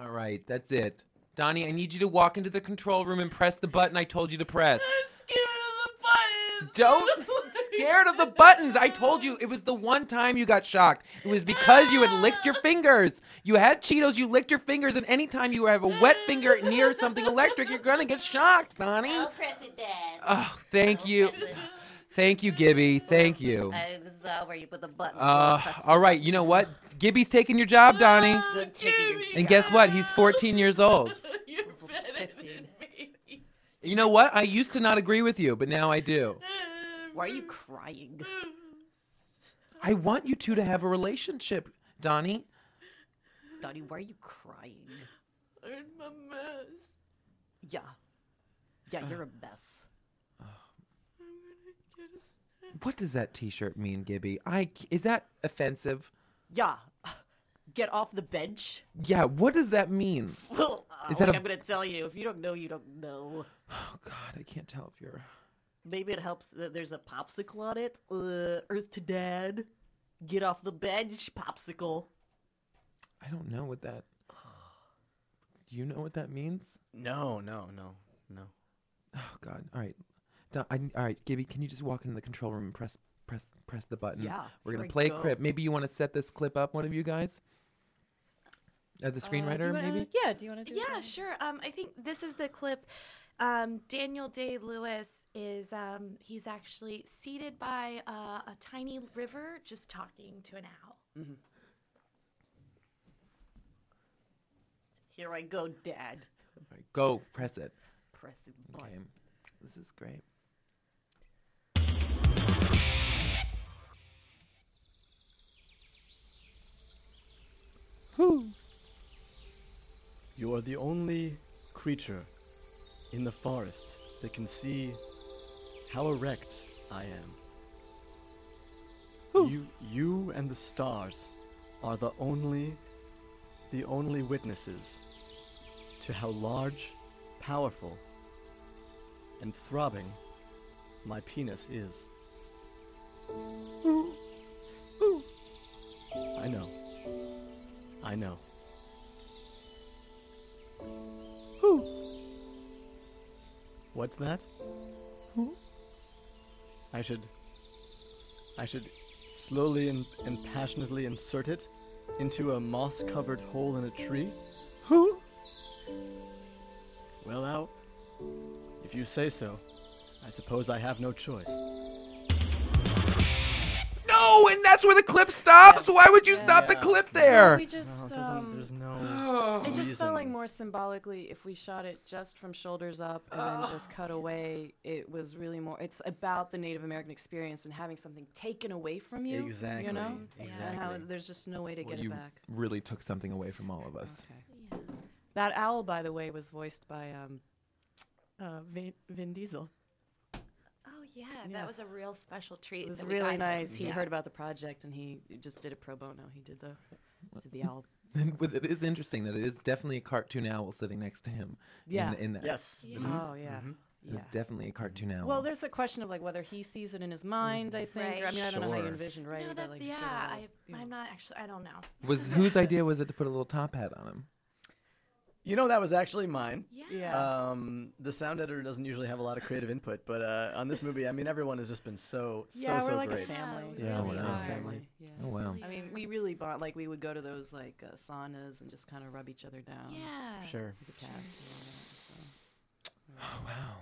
S2: All right, that's it. Donnie, I need you to walk into the control room and press the button I told you to press.
S8: I'm scared of the buttons.
S2: Don't scared of the buttons. I told you it was the one time you got shocked. It was because you had licked your fingers. You had Cheetos, you licked your fingers, and anytime you have a wet finger near something electric, you're gonna get shocked, Donnie.
S7: I'll press it, Dad.
S2: Oh, thank you. Thank you, Gibby. Thank you.
S7: Uh, this is all where you put the button.
S2: Uh, all right, you know what? Gibby's taking your job, Donnie.
S7: Good taking your
S2: And guess what? He's 14 years old.
S8: You're better than me.
S2: You know what? I used to not agree with you, but now I do.
S4: why are you crying?
S2: I want you two to have a relationship, Donnie.
S4: Dottie, why are you crying?
S8: I'm a mess.
S4: Yeah. Yeah, you're a mess.
S2: What does that T-shirt mean, Gibby? I c- is that offensive?
S4: Yeah. Get off the bench.
S2: Yeah. What does that mean?
S4: Well,
S2: Is
S4: is
S2: that
S4: that
S2: a-
S4: Oh, I'm going to tell you. If you don't know, you don't know.
S2: Oh God, I can't tell if you're.
S4: Maybe it helps that there's a popsicle on it. Uh, Earth to Dad. Get off the bench, popsicle.
S2: I don't know what that. Do you know what that means?
S3: No, no, no, no.
S2: Oh God. All right. Don, I, all right, Gibby. Can you just walk into the control room and press press press the button?
S4: Yeah,
S2: We're
S4: here
S2: gonna
S4: I
S2: play a
S4: go.
S2: clip. Maybe you want to set this clip up, one of you guys. Uh, the screenwriter, maybe.
S4: yeah, do you want to do
S8: Yeah, sure. Um, I think this is the clip. Um, Daniel Day Lewis is um, he's actually seated by uh, a tiny river, just talking to an owl.
S4: Mm-hmm. Here I go, Dad.
S2: All right, go press it.
S4: Press the
S2: Okay.
S4: button.
S2: This is great.
S3: You are the only creature in the forest that can see how erect I am. You, you and the stars are the only, the only witnesses to how large, powerful, and throbbing my penis is. I know. I know. What's that? I should. I should slowly and, and passionately insert it into a moss covered hole in a tree? Who? Well, Al, if you say so, I suppose I have no choice.
S2: No, and that's where the clip stops. Why would you stop the
S3: Yeah.
S2: clip there?
S4: We just, um,
S3: there's no.
S4: it just
S3: reason.
S4: felt like more symbolically if we shot it just from shoulders up and then just cut away, it was really more. It's about the Native American experience and having something taken away from you.
S3: Exactly,
S4: You know? And how
S3: exactly.
S4: there's just no way to
S2: Well,
S4: get
S2: you
S4: it back.
S2: really took something away from all of us.
S4: Okay. That owl, by the way, was voiced by um, uh, Vin, Vin Diesel.
S8: Oh yeah, that was a real special treat.
S4: It was
S8: that we got
S4: really
S8: him.
S4: nice. He
S8: Yeah.
S4: heard about the project and he just did it pro bono. He did the did the owl.
S2: And with- it is interesting that it is definitely a cartoon owl sitting next to him. in
S4: Yeah.
S2: the- In, that.
S3: Yes.
S4: oh yeah.
S2: It's
S4: Yeah.
S2: definitely a cartoon owl.
S4: Well, there's a question of like whether he sees it in his mind. I think. Or, I mean, I don't know how you
S2: Sure.
S4: envision writing,
S8: No,
S4: but
S8: that,
S4: like,
S8: yeah,
S4: sort of
S8: I,
S4: like, you know.
S8: I'm not actually. I don't know.
S2: was whose idea was it to put a little top hat on him?
S3: You know, that was actually mine.
S8: Yeah.
S3: Um, the sound editor doesn't usually have a lot of creative input, but uh, on this movie, I mean, everyone has just been so,
S4: Yeah,
S3: so,
S4: we're
S3: so
S4: like
S3: great.
S4: a family.
S2: Yeah,
S4: we
S2: we're
S4: really
S2: like a
S4: are.
S2: family.
S4: Yeah.
S2: Oh wow.
S4: I mean, we really bond. Like, we would go to those like uh, saunas and just kind of rub each other down.
S8: Yeah.
S3: Sure.
S4: We could pass and
S2: Oh wow.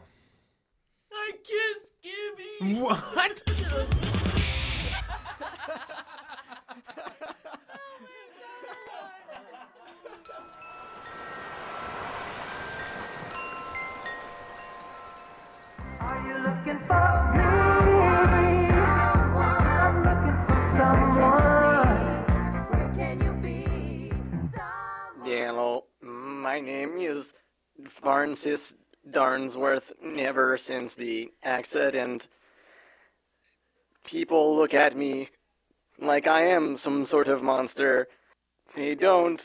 S7: I kiss Gibby.
S2: What?
S5: Are you looking for
S2: Oh
S5: me? I'm looking for
S2: Uh,
S5: someone. Where can you be? Someone.
S11: Hello, my name is Francis Darnsworth. Ever since the accident, people look at me like I am some sort of monster. They don't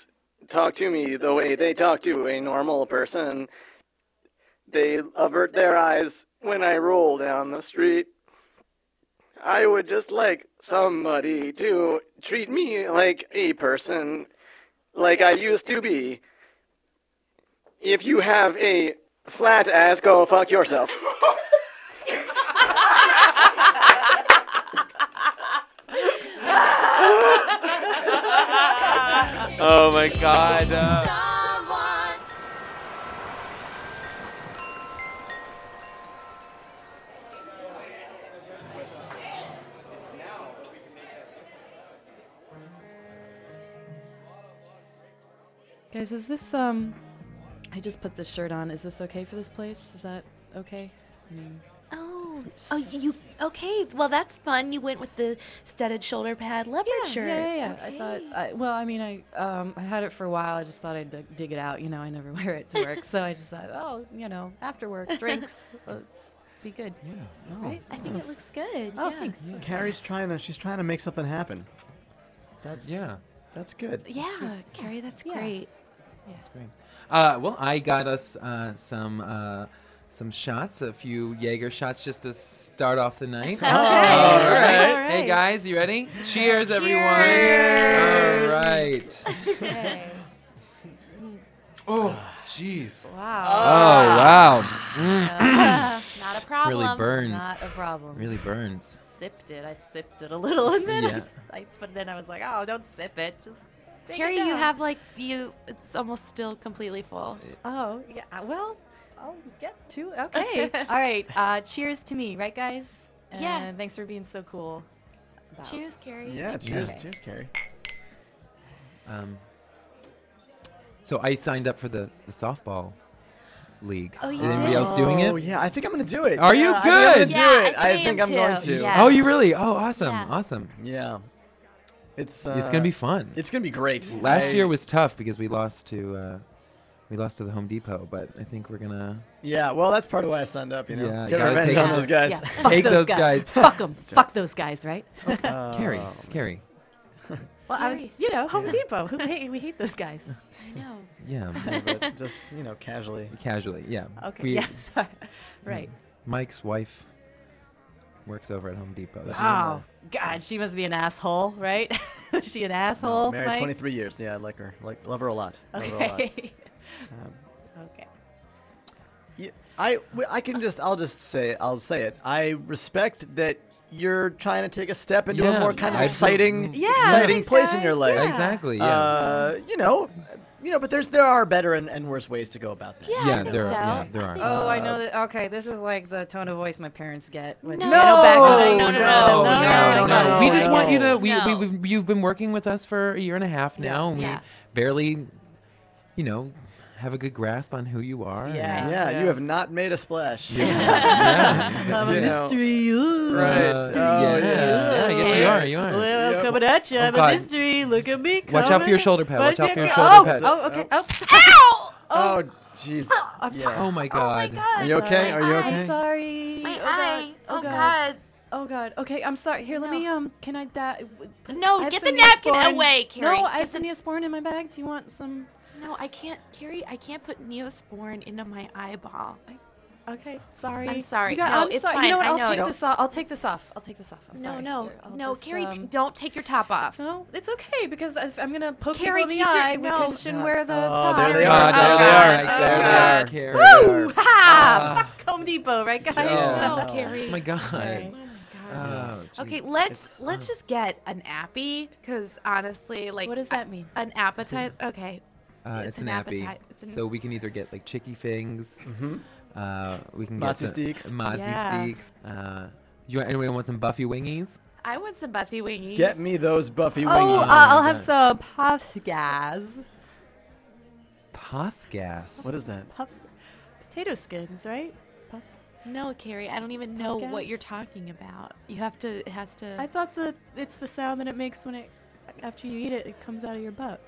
S11: talk to me the way they talk to a normal person. They avert their eyes when I roll down the street. I would just like somebody to treat me like a person like I used to be. If you have a flat ass, go fuck yourself.
S9: Oh my god. uh,
S5: Someone.
S4: Guys, is this um? I just put this shirt on. Is this okay for this place? Is that okay? I mean,
S1: Oh, oh, you you- okay? Well, that's fun. You went with the studded shoulder pad leopard shirt.
S4: Yeah, yeah. yeah. I
S1: Okay.
S4: thought. I, well, I mean, I um, I had it for a while. I just thought I'd dig, dig it out. You know, I never wear it to work, so I just thought, oh, you know, after work drinks, let's be good.
S2: Yeah.
S4: Right?
S1: I think it looks good.
S4: Oh,
S1: yeah.
S4: thanks.
S3: Carrie's trying to, she's trying to make something happen. That's,
S2: Yeah.
S3: That's good.
S1: Yeah, Carrie, that's
S4: Yeah.
S1: great.
S2: That's great. Uh, well, I got us uh, some uh, some shots, a few Jaeger shots, just to start off the night.
S1: Okay.
S2: Oh, All
S3: All
S2: right.
S1: right.
S2: Hey guys, you ready? Cheers, everyone.
S1: Cheers.
S2: All right. Oh, jeez.
S4: Wow.
S2: Oh, wow.
S8: Not a
S2: Mm,
S8: problem.
S2: really burns.
S4: Not a problem.
S2: Really burns.
S4: Sipped it. I sipped it a little, and then
S2: Yeah.
S4: I, s- I- but then I was like, oh, don't sip it. Just take it
S8: Carrie, you
S4: down."
S8: have like you. It's almost still completely full.
S4: Oh yeah. uh, Well, I'll get to. it. Okay. All right. Uh, cheers to me, right, guys?
S8: Yeah.
S4: And thanks for being so cool. about-
S8: Cheers, Carrie.
S3: Yeah, cheers,
S4: Okay.
S3: cheers, Carrie.
S2: Um, so I signed up for the, the softball league.
S8: Oh, you
S2: Is anybody
S8: did?
S2: else doing
S3: Oh,
S2: it?
S3: yeah, I think I'm going to do it.
S2: Are you
S3: Yeah, I
S2: good?
S3: think I'm gonna do
S8: Yeah,
S3: it.
S8: I
S3: I
S8: think
S3: think
S8: I
S3: I'm
S8: am
S3: going
S8: too.
S3: to.
S8: Yeah.
S2: Oh, you really? Oh, awesome.
S8: Yeah.
S2: Awesome.
S3: Yeah. It's, uh,
S2: it's going to be fun.
S3: It's gonna be great.
S2: Last
S3: I-
S2: year was tough because we lost to uh, we lost to the Home Depot, but I think we're gonna
S3: Yeah, well, that's part of why I signed up. You know,
S2: Yeah,
S3: get
S2: gotta
S3: revenge
S2: take-
S3: on those guys.
S4: Yeah. Fuck
S2: Take those
S4: those
S2: guys.
S4: guys. Fuck them. Fuck those guys, right?
S3: Oh,
S2: Carrie. Carrie,
S4: Well, I was, you know, Home Depot. Who hate, we hate those guys.
S8: I know.
S2: yeah,
S3: yeah, but just you know, casually.
S2: casually, yeah.
S4: Okay.
S2: We-
S4: yeah. Sorry. Right.
S2: Mike's wife works over at Home Depot. That's
S4: Oh God, she must be an asshole, right? Is she an asshole?
S3: married
S4: Mike?
S3: 23 years. Yeah, I like her. Like, love her a lot. Love her a lot.
S4: Okay.
S3: Um,
S4: okay.
S3: Yeah, I w- I can just I'll just say I'll say it. I respect that you're trying to take a step into
S2: Yeah,
S3: a more kind of
S2: I feel- Mm.
S3: exciting,
S4: Yeah,
S3: exciting
S4: thanks,
S3: place in your
S4: guys.
S3: life.
S4: Yeah.
S2: Exactly. Yeah.
S3: Uh, you know, you know, but there's there are better and, and worse ways to go about that.
S8: Yeah, I
S2: yeah,
S8: think
S2: there are.
S8: so.
S2: Yeah, there are.
S4: Oh, I
S3: Uh,
S4: know that. Okay, this is like the tone of voice my parents get. When
S8: No.
S4: they don't back
S8: No,
S4: up.
S8: no, no, no,
S2: no, no.
S8: no,
S2: We just want you to.
S8: no.
S2: We,
S8: No.
S2: we, we've, you've been working with us for a year and a half now, and we
S8: Yeah.
S2: barely, you know, have a good grasp on who you are. and-
S4: Yeah.
S3: Yeah,
S4: Yeah.
S3: you have not made a splash.
S2: yeah.
S4: Love
S3: You
S4: a
S3: know.
S4: mystery. ooh.
S3: Right.
S2: Uh, yeah.
S3: Oh, yeah.
S2: Yeah, yes, you
S4: Yeah.
S2: are. You are.
S4: Well,
S3: Yep.
S4: coming at you.
S2: Oh,
S4: I'm a
S2: God.
S4: mystery. Look at me.
S2: Watch out
S4: coming
S2: for your
S4: at-
S2: shoulder pad. Watch
S4: Watch
S2: out for
S4: out
S2: your
S4: for-
S2: shoulder pad.
S4: Oh, okay. Oh,
S3: Oh, jeez.
S4: I'm
S3: Yeah.
S4: sorry.
S2: Oh my god.
S3: Are you okay? Are you okay?
S4: I'm sorry.
S8: My
S4: oh,
S8: eye.
S4: Oh, God. Oh God. Okay, I'm sorry. Here, let
S8: No.
S4: me. Um, can I? Da- w- put-
S8: No,
S4: I have
S8: get
S4: some
S8: the napkin
S4: Neosporin.
S8: away, Carrie.
S4: No, I have
S8: Get
S4: some Neosporin in my bag. Do you want some?
S8: No, I can't, Carrie. I can't put Neosporin into my eyeball. I,
S4: Okay, sorry.
S1: I'm sorry.
S4: You got-
S1: No,
S4: I'm
S1: it's
S4: sorry.
S1: fine.
S4: You know what?
S1: I
S4: I'll
S1: know.
S4: take
S1: Don't-
S4: this off. I'll take this off. I'll take this off. I'm
S1: no,
S4: sorry.
S1: no,
S4: Here, I'll
S1: no,
S4: just,
S1: Carrie, t-
S4: um,
S1: don't take your top off.
S4: No, it's okay because if I'm gonna poke Carrie,
S1: Carrie,
S4: people in the
S1: keep your-
S4: eye. We
S1: no.
S4: shouldn't wear the
S3: Oh,
S4: top.
S3: there they
S4: Oh,
S3: are.
S4: God.
S3: There they
S4: Oh,
S3: are. There they
S4: God.
S3: are. Carrie, they
S4: Woo!
S3: are.
S4: Ha!
S2: Ah.
S4: Fuck Home Depot, right, guys?
S2: Oh,
S1: No, Carrie.
S2: Oh my god.
S4: Sorry.
S2: Oh, geez.
S1: Okay, let's let's just get an appy because honestly, like,
S4: What does that mean?
S1: An appetite. Okay,
S2: Uh, it's, an, appy.
S1: appetite. It's an-
S2: so we can either get like chicky fings.
S3: Mhm.
S2: Uh, we can
S3: Mozzie
S2: get
S3: steaks.
S2: Mozzie
S1: Yeah.
S2: steaks. Uh, you want, anyone want some Buffy wingies?
S1: I want some Buffy wingies.
S3: Get me those Buffy
S4: Oh,
S3: wings.
S4: uh, I'll have some puff gas.
S2: Puff gas.
S3: What is that?
S4: Puff, potato skins, right? Puff.
S1: No, Carrie, I don't even know what
S4: guess.
S1: you're talking about. You have to. It has to.
S4: I thought the it's the sound that it makes when it after you eat it, it comes out of your butt.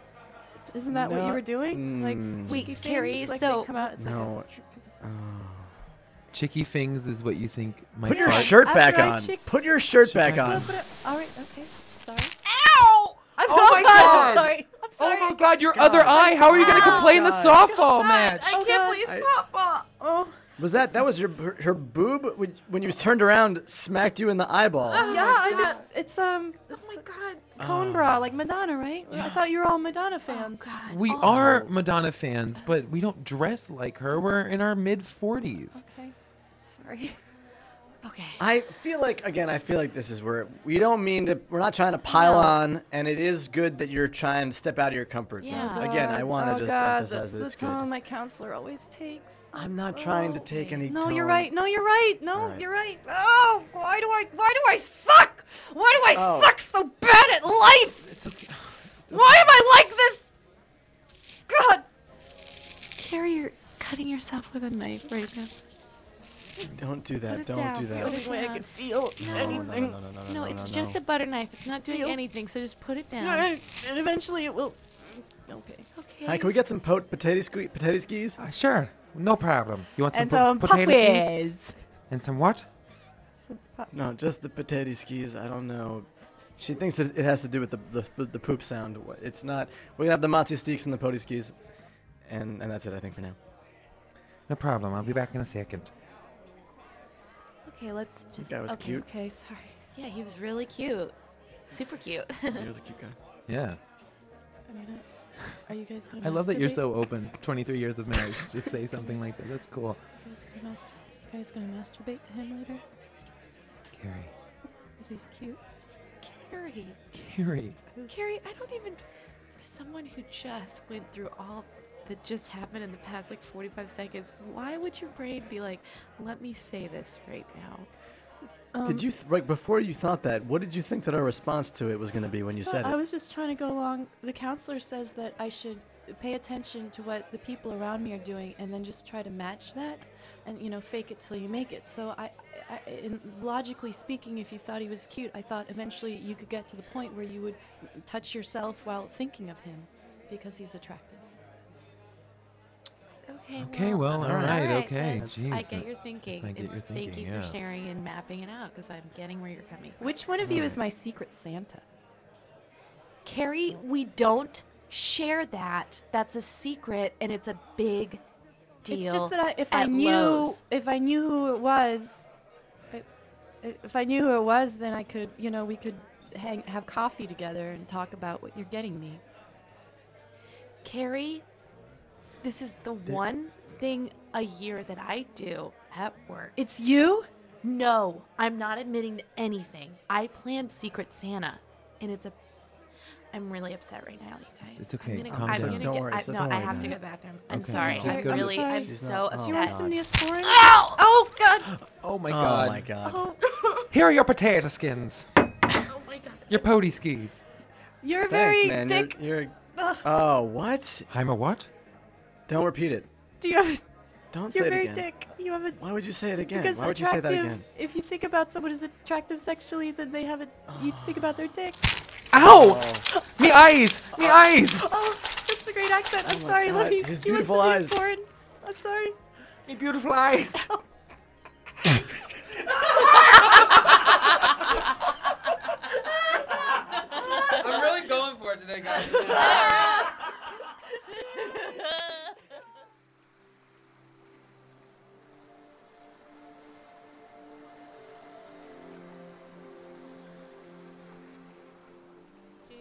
S4: Isn't that what you
S3: No.
S4: were doing? Like
S3: Mm.
S1: Wait,
S4: cheeky things,
S1: Carrie,
S4: like
S1: so-
S4: they come out. It's
S3: No. Oh.
S4: Like
S2: Chicky fings is what you think might
S3: Put your
S2: fart.
S3: shirt
S4: After
S3: back
S4: I
S3: on.
S4: chick-
S3: Put your shirt
S2: Shirt
S3: back
S2: back
S4: a,
S3: on.
S2: on.
S4: Put it- all right. Okay. Sorry.
S1: Ow!
S4: I'm
S2: Oh
S4: so
S2: my
S4: sorry, I'm
S2: God!
S4: sorry. I'm
S2: Oh
S4: sorry.
S2: my god, your other eye! How are you going to
S4: Oh
S2: complain in the
S4: God.
S2: softball match?
S1: I
S4: Oh,
S1: can't
S4: God.
S1: believe
S3: I-
S1: stop. uh,
S4: Oh.
S3: Was that that was your her, her boob when, when you turned around smacked you in the eyeball?
S4: yeah, I
S1: Oh God.
S4: just it's um it's
S1: Oh my god. Oh,
S4: cone
S3: Ah.
S4: bra like Madonna, right? I thought you were all Madonna fans.
S1: God.
S2: We
S4: Oh.
S2: are Madonna fans, but we don't dress like her. We're in our mid 40s.
S4: Okay. Sorry.
S1: Okay.
S3: I feel like again, I feel like this is where we don't mean to. We're not trying to pile on, and it is good that you're trying to step out of your comfort zone.
S1: Yeah.
S3: Again, I
S4: God.
S3: want to
S4: oh,
S3: just
S4: God,
S3: emphasize
S4: that's
S3: that
S4: the
S3: it's good.
S4: tone my counselor always takes.
S3: I'm not trying to take any.
S4: Oh, No, you're
S3: tone.
S4: right. No, you're right. No,
S3: Alright.
S4: you're right. Oh, why do I why do I suck? Why do I
S3: Oh.
S4: suck so bad at life? Why am I like this? God.
S1: Carrie, you're cutting yourself with a knife right now.
S3: Don't do that.
S1: it
S3: Don't
S1: down.
S3: do
S1: Put
S3: that.
S1: it
S4: Way I
S1: down.
S4: can feel
S3: No, no, no,
S4: anything.
S3: no, no, no,
S1: No,
S3: no,
S1: it's
S3: no,
S1: just
S3: no.
S1: a butter knife. It's not doing
S4: Feel-
S1: anything, so just put it down.
S4: And eventually it will Okay.
S1: Okay.
S3: Hi, can we get some po- potato, sque- potato skis?
S2: Uh, sure, no problem. You want some,
S4: And
S2: po-
S4: some
S2: potato skis?
S4: puffies.
S2: And some what?
S4: Some puff-
S3: No, just the potato skis. I don't know. She thinks that it has to do with the the, the poop sound. It's not. We're gonna have the matzo steaks and the potato skis, and and that's it. I think for now.
S2: No problem. I'll be back in a second.
S1: Okay, let's just.
S3: guy was
S1: okay.
S3: cute.
S4: Okay, sorry.
S1: Yeah, he was really cute. Super cute.
S3: He was a cute guy.
S2: Yeah.
S4: I'm gonna. Are you guys gonna?
S2: I love that you're
S4: masturbate?
S2: so open. 23 years of marriage. Just say something like that. That's cool.
S4: You guys, gonna mas- you guys gonna masturbate to him later?
S2: Carrie.
S4: Cause he's cute.
S1: Carrie.
S2: Carrie.
S1: Carrie, I don't even. For someone who just went through all that just happened in the past like 45 seconds, why would your brain be like, let me say this right now?
S4: Um,
S3: Did you th- like before you thought that? What did you think that our response to it was going to be when you
S4: well,
S3: said
S4: I
S3: it?
S4: was just trying to go along. The counselor says that I should pay attention to what the people around me are doing, and then just try to match that, and you know, fake it till you make it. So I, I, I in, logically speaking, if you thought he was cute, I thought eventually you could get to the point where you would touch yourself while thinking of him, because he's attractive.
S1: Okay.
S2: Okay, well, all right, okay.
S1: that's-
S2: Jeez.
S1: I get your thinking.
S2: I get
S1: and
S2: your
S1: Thank
S2: thinking,
S1: you
S2: yeah.
S1: for sharing and mapping it out because I'm getting where you're coming from.
S4: Which one of
S3: Hmm.
S4: you is my secret Santa?
S1: Carrie, we don't share that. That's a secret and it's a big deal.
S4: It's just that I, if I
S1: at
S4: knew
S1: Lowe's.
S4: if I knew who it was, I- i- if I knew who it was, then I could you know we could hang have coffee together and talk about what you're getting me.
S1: Carrie, this is the one thing a year that I do at work.
S4: It's you.
S1: No, I'm not admitting to anything. I planned Secret Santa, and it's a. I'm really upset right now, you guys.
S2: It's okay,
S1: I'm gonna, go-
S2: calm
S1: I'm
S2: down.
S1: Gonna
S3: Don't
S1: get,
S3: worry,
S1: I,
S3: so
S1: no,
S3: don't
S1: I
S3: worry
S1: have
S3: about
S1: to
S3: it.
S1: go to the bathroom. I'm
S2: Okay,
S1: sorry.
S2: just
S1: I'm
S2: go to the-
S1: really. I'm
S3: She's
S1: so
S3: not- oh,
S1: upset.
S4: Do you want
S3: God.
S4: some Neosporin?
S1: Ow!
S4: Oh God!
S2: Oh my
S3: oh
S2: god.
S3: my god!
S4: Oh,
S2: Here are your potato skins.
S1: Oh my god.
S2: Your pody skis.
S4: you're
S3: Thanks,
S4: very
S3: man. You're-
S4: dick.
S3: You're,
S4: Ugh,
S3: oh what?
S2: I'm a what?
S3: Don't repeat it.
S4: do you have?
S3: Don't say
S4: You're
S3: it
S4: very
S3: again.
S4: dick. You have a.
S3: Why would you say it again?
S4: Because
S3: Why would you say
S4: attractive.
S3: that again?
S4: If you think about someone who's attractive sexually, then they have a. You think about their dick.
S2: Ow! Me eyes! Me eyes!
S4: Oh, that's a great accent. I'm
S3: Oh my
S4: sorry,
S3: God,
S4: love you.
S3: his
S4: Do you want
S3: beautiful
S4: some
S3: eyes.
S4: Neosporin? I'm sorry.
S2: Me beautiful eyes! I'm really going for it today, guys.
S4: Oh.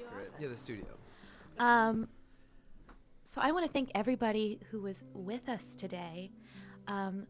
S1: office.
S2: Yeah, the studio.
S12: Um,
S1: so I want to thank everybody who was with us today. Um,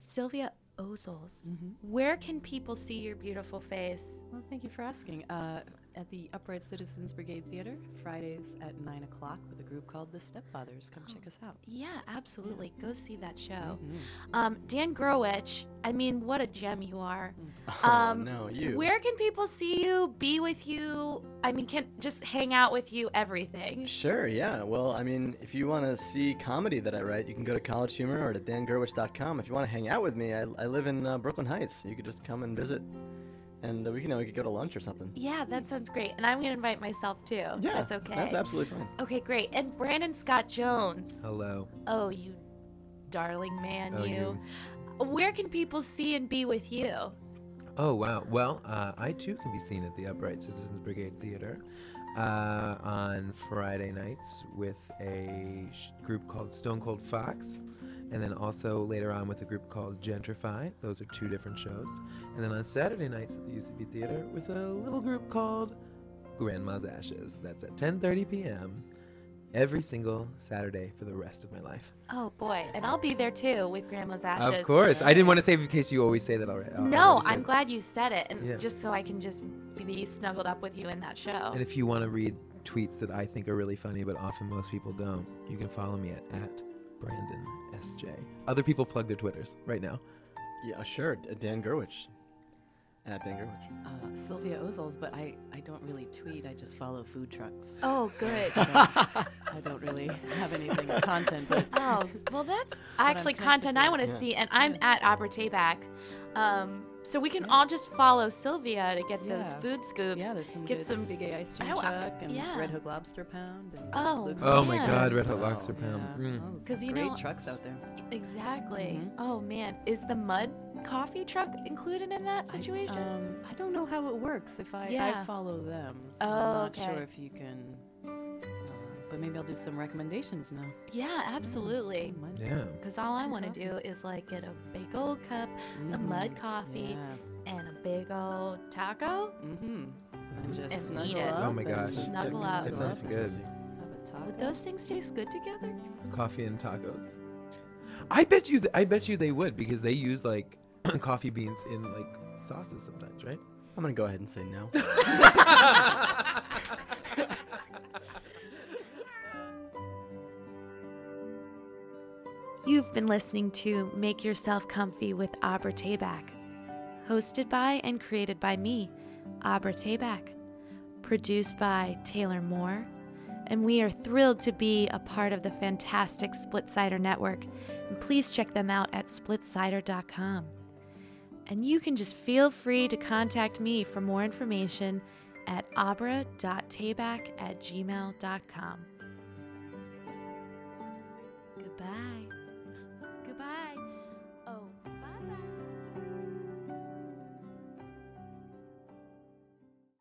S1: Sylvia Ozels, where can people see your beautiful face?
S4: Well, thank you for asking. Uh, at the Upright Citizens Brigade Theater, Fridays at 9 o'clock with a group called The Stepfathers. Come check us out.
S1: Yeah, absolutely. Go see that show.
S4: Mhm.
S1: Um, Dan Growich, I mean, what a gem you are. Um,
S3: Oh, no, you.
S1: Where can people see you, be with you? I mean, can just hang out with you, everything.
S3: Sure, yeah. Well, I mean, if you want to see comedy that I write, you can go to College Humor or to dangerwich.com. If you want to hang out with me, I, I live in uh, Brooklyn Heights. You could just come and visit, and uh, we can you know, we could go to lunch or something.
S1: Yeah, that sounds great. And I'm going to invite myself too. Yeah, that's okay.
S3: That's absolutely fine.
S1: Okay, great. And Brandon Scott Jones.
S2: Hello.
S1: Oh, you darling man,
S2: Oh,
S1: you. Where can people see and be with you?
S2: Oh, wow. Well, uh, I too can be seen at the Upright Citizens Brigade Theater uh, on Friday nights with a sh- group called Stone Cold Fox, and then also later on with a group called Gentrify. Those are two different shows. And then on Saturday nights at the UCB Theater with a little group called Grandma's Ashes. That's at 10:30 p.m. every single Saturday for the rest of my life.
S1: Oh, boy. And I'll be there too with Grandma's Ashes.
S2: Of course. I didn't want to say in case you always say that already. I
S1: No,
S2: already said
S1: I'm
S2: it.
S1: glad you said it, and
S2: Yeah.
S1: just so I can just be snuggled up with you in that show.
S2: And if you want to read tweets that I think are really funny, but often most people don't, you can follow me at, at Brandon SJ. Other people plug their Twitters right now.
S3: Yeah, sure. D- Dan Gerwich. At Dan Gerwich.
S4: Uh, Sylvia Ozels, but I, I don't really tweet. I just follow food trucks.
S1: Oh, good.
S4: So I don't really have anything content, but
S1: oh, well, that's
S4: I'm
S1: actually
S4: connected
S1: content
S4: to
S1: I
S4: it.
S1: want to
S4: Yeah.
S1: see, and I'm at Abra Tabak. Um, so we can all just follow Sylvia to get those
S4: Yeah.
S1: food scoops.
S4: Yeah, there's some
S1: get
S4: good
S1: some
S4: big A ice cream
S1: Oh, I-
S4: chuck and
S1: yeah.
S4: Red Hook lobster pound. And
S1: Oh,
S4: Luke's
S2: Oh my
S1: Yeah.
S2: God, Red Hot Lobster Pound. Mm.
S1: Because you
S4: great
S1: know
S4: trucks out there.
S1: exactly. Oh man, is the mud coffee truck included in that situation?
S4: Um, I don't know how it works if I,
S1: Yeah.
S4: I follow them. So
S1: Oh,
S4: I'm not
S1: okay.
S4: sure if you can. Uh, but maybe I'll do some recommendations now.
S1: yeah, absolutely.
S2: Yeah.
S1: Because all I want to do is like get a big old cup, a mud coffee, and a big old taco.
S4: Mm-hmm. And just
S1: And
S4: snuggle
S1: eat it.
S4: up.
S2: Oh my
S4: and
S2: gosh.
S4: sit
S1: Snuggle
S4: and
S1: up.
S2: That
S4: go
S2: sounds
S4: and
S2: good.
S4: Have a taco.
S1: Would those things taste good together?
S2: Coffee and tacos. I bet you. Th- I bet you they would because they use like coffee beans in like sauces sometimes, right?
S3: I'm going to go ahead and say no.
S12: You've been listening to Make Yourself Comfy with Abra Tabak, hosted by and created by me, Abra Tabak, produced by Taylor Moore, and we are thrilled to be a part of the fantastic Splitsider Network. And please check them out at splitsider.com. And you can just feel free to contact me for more information at abra.tabak at gmail.com.
S1: Oh.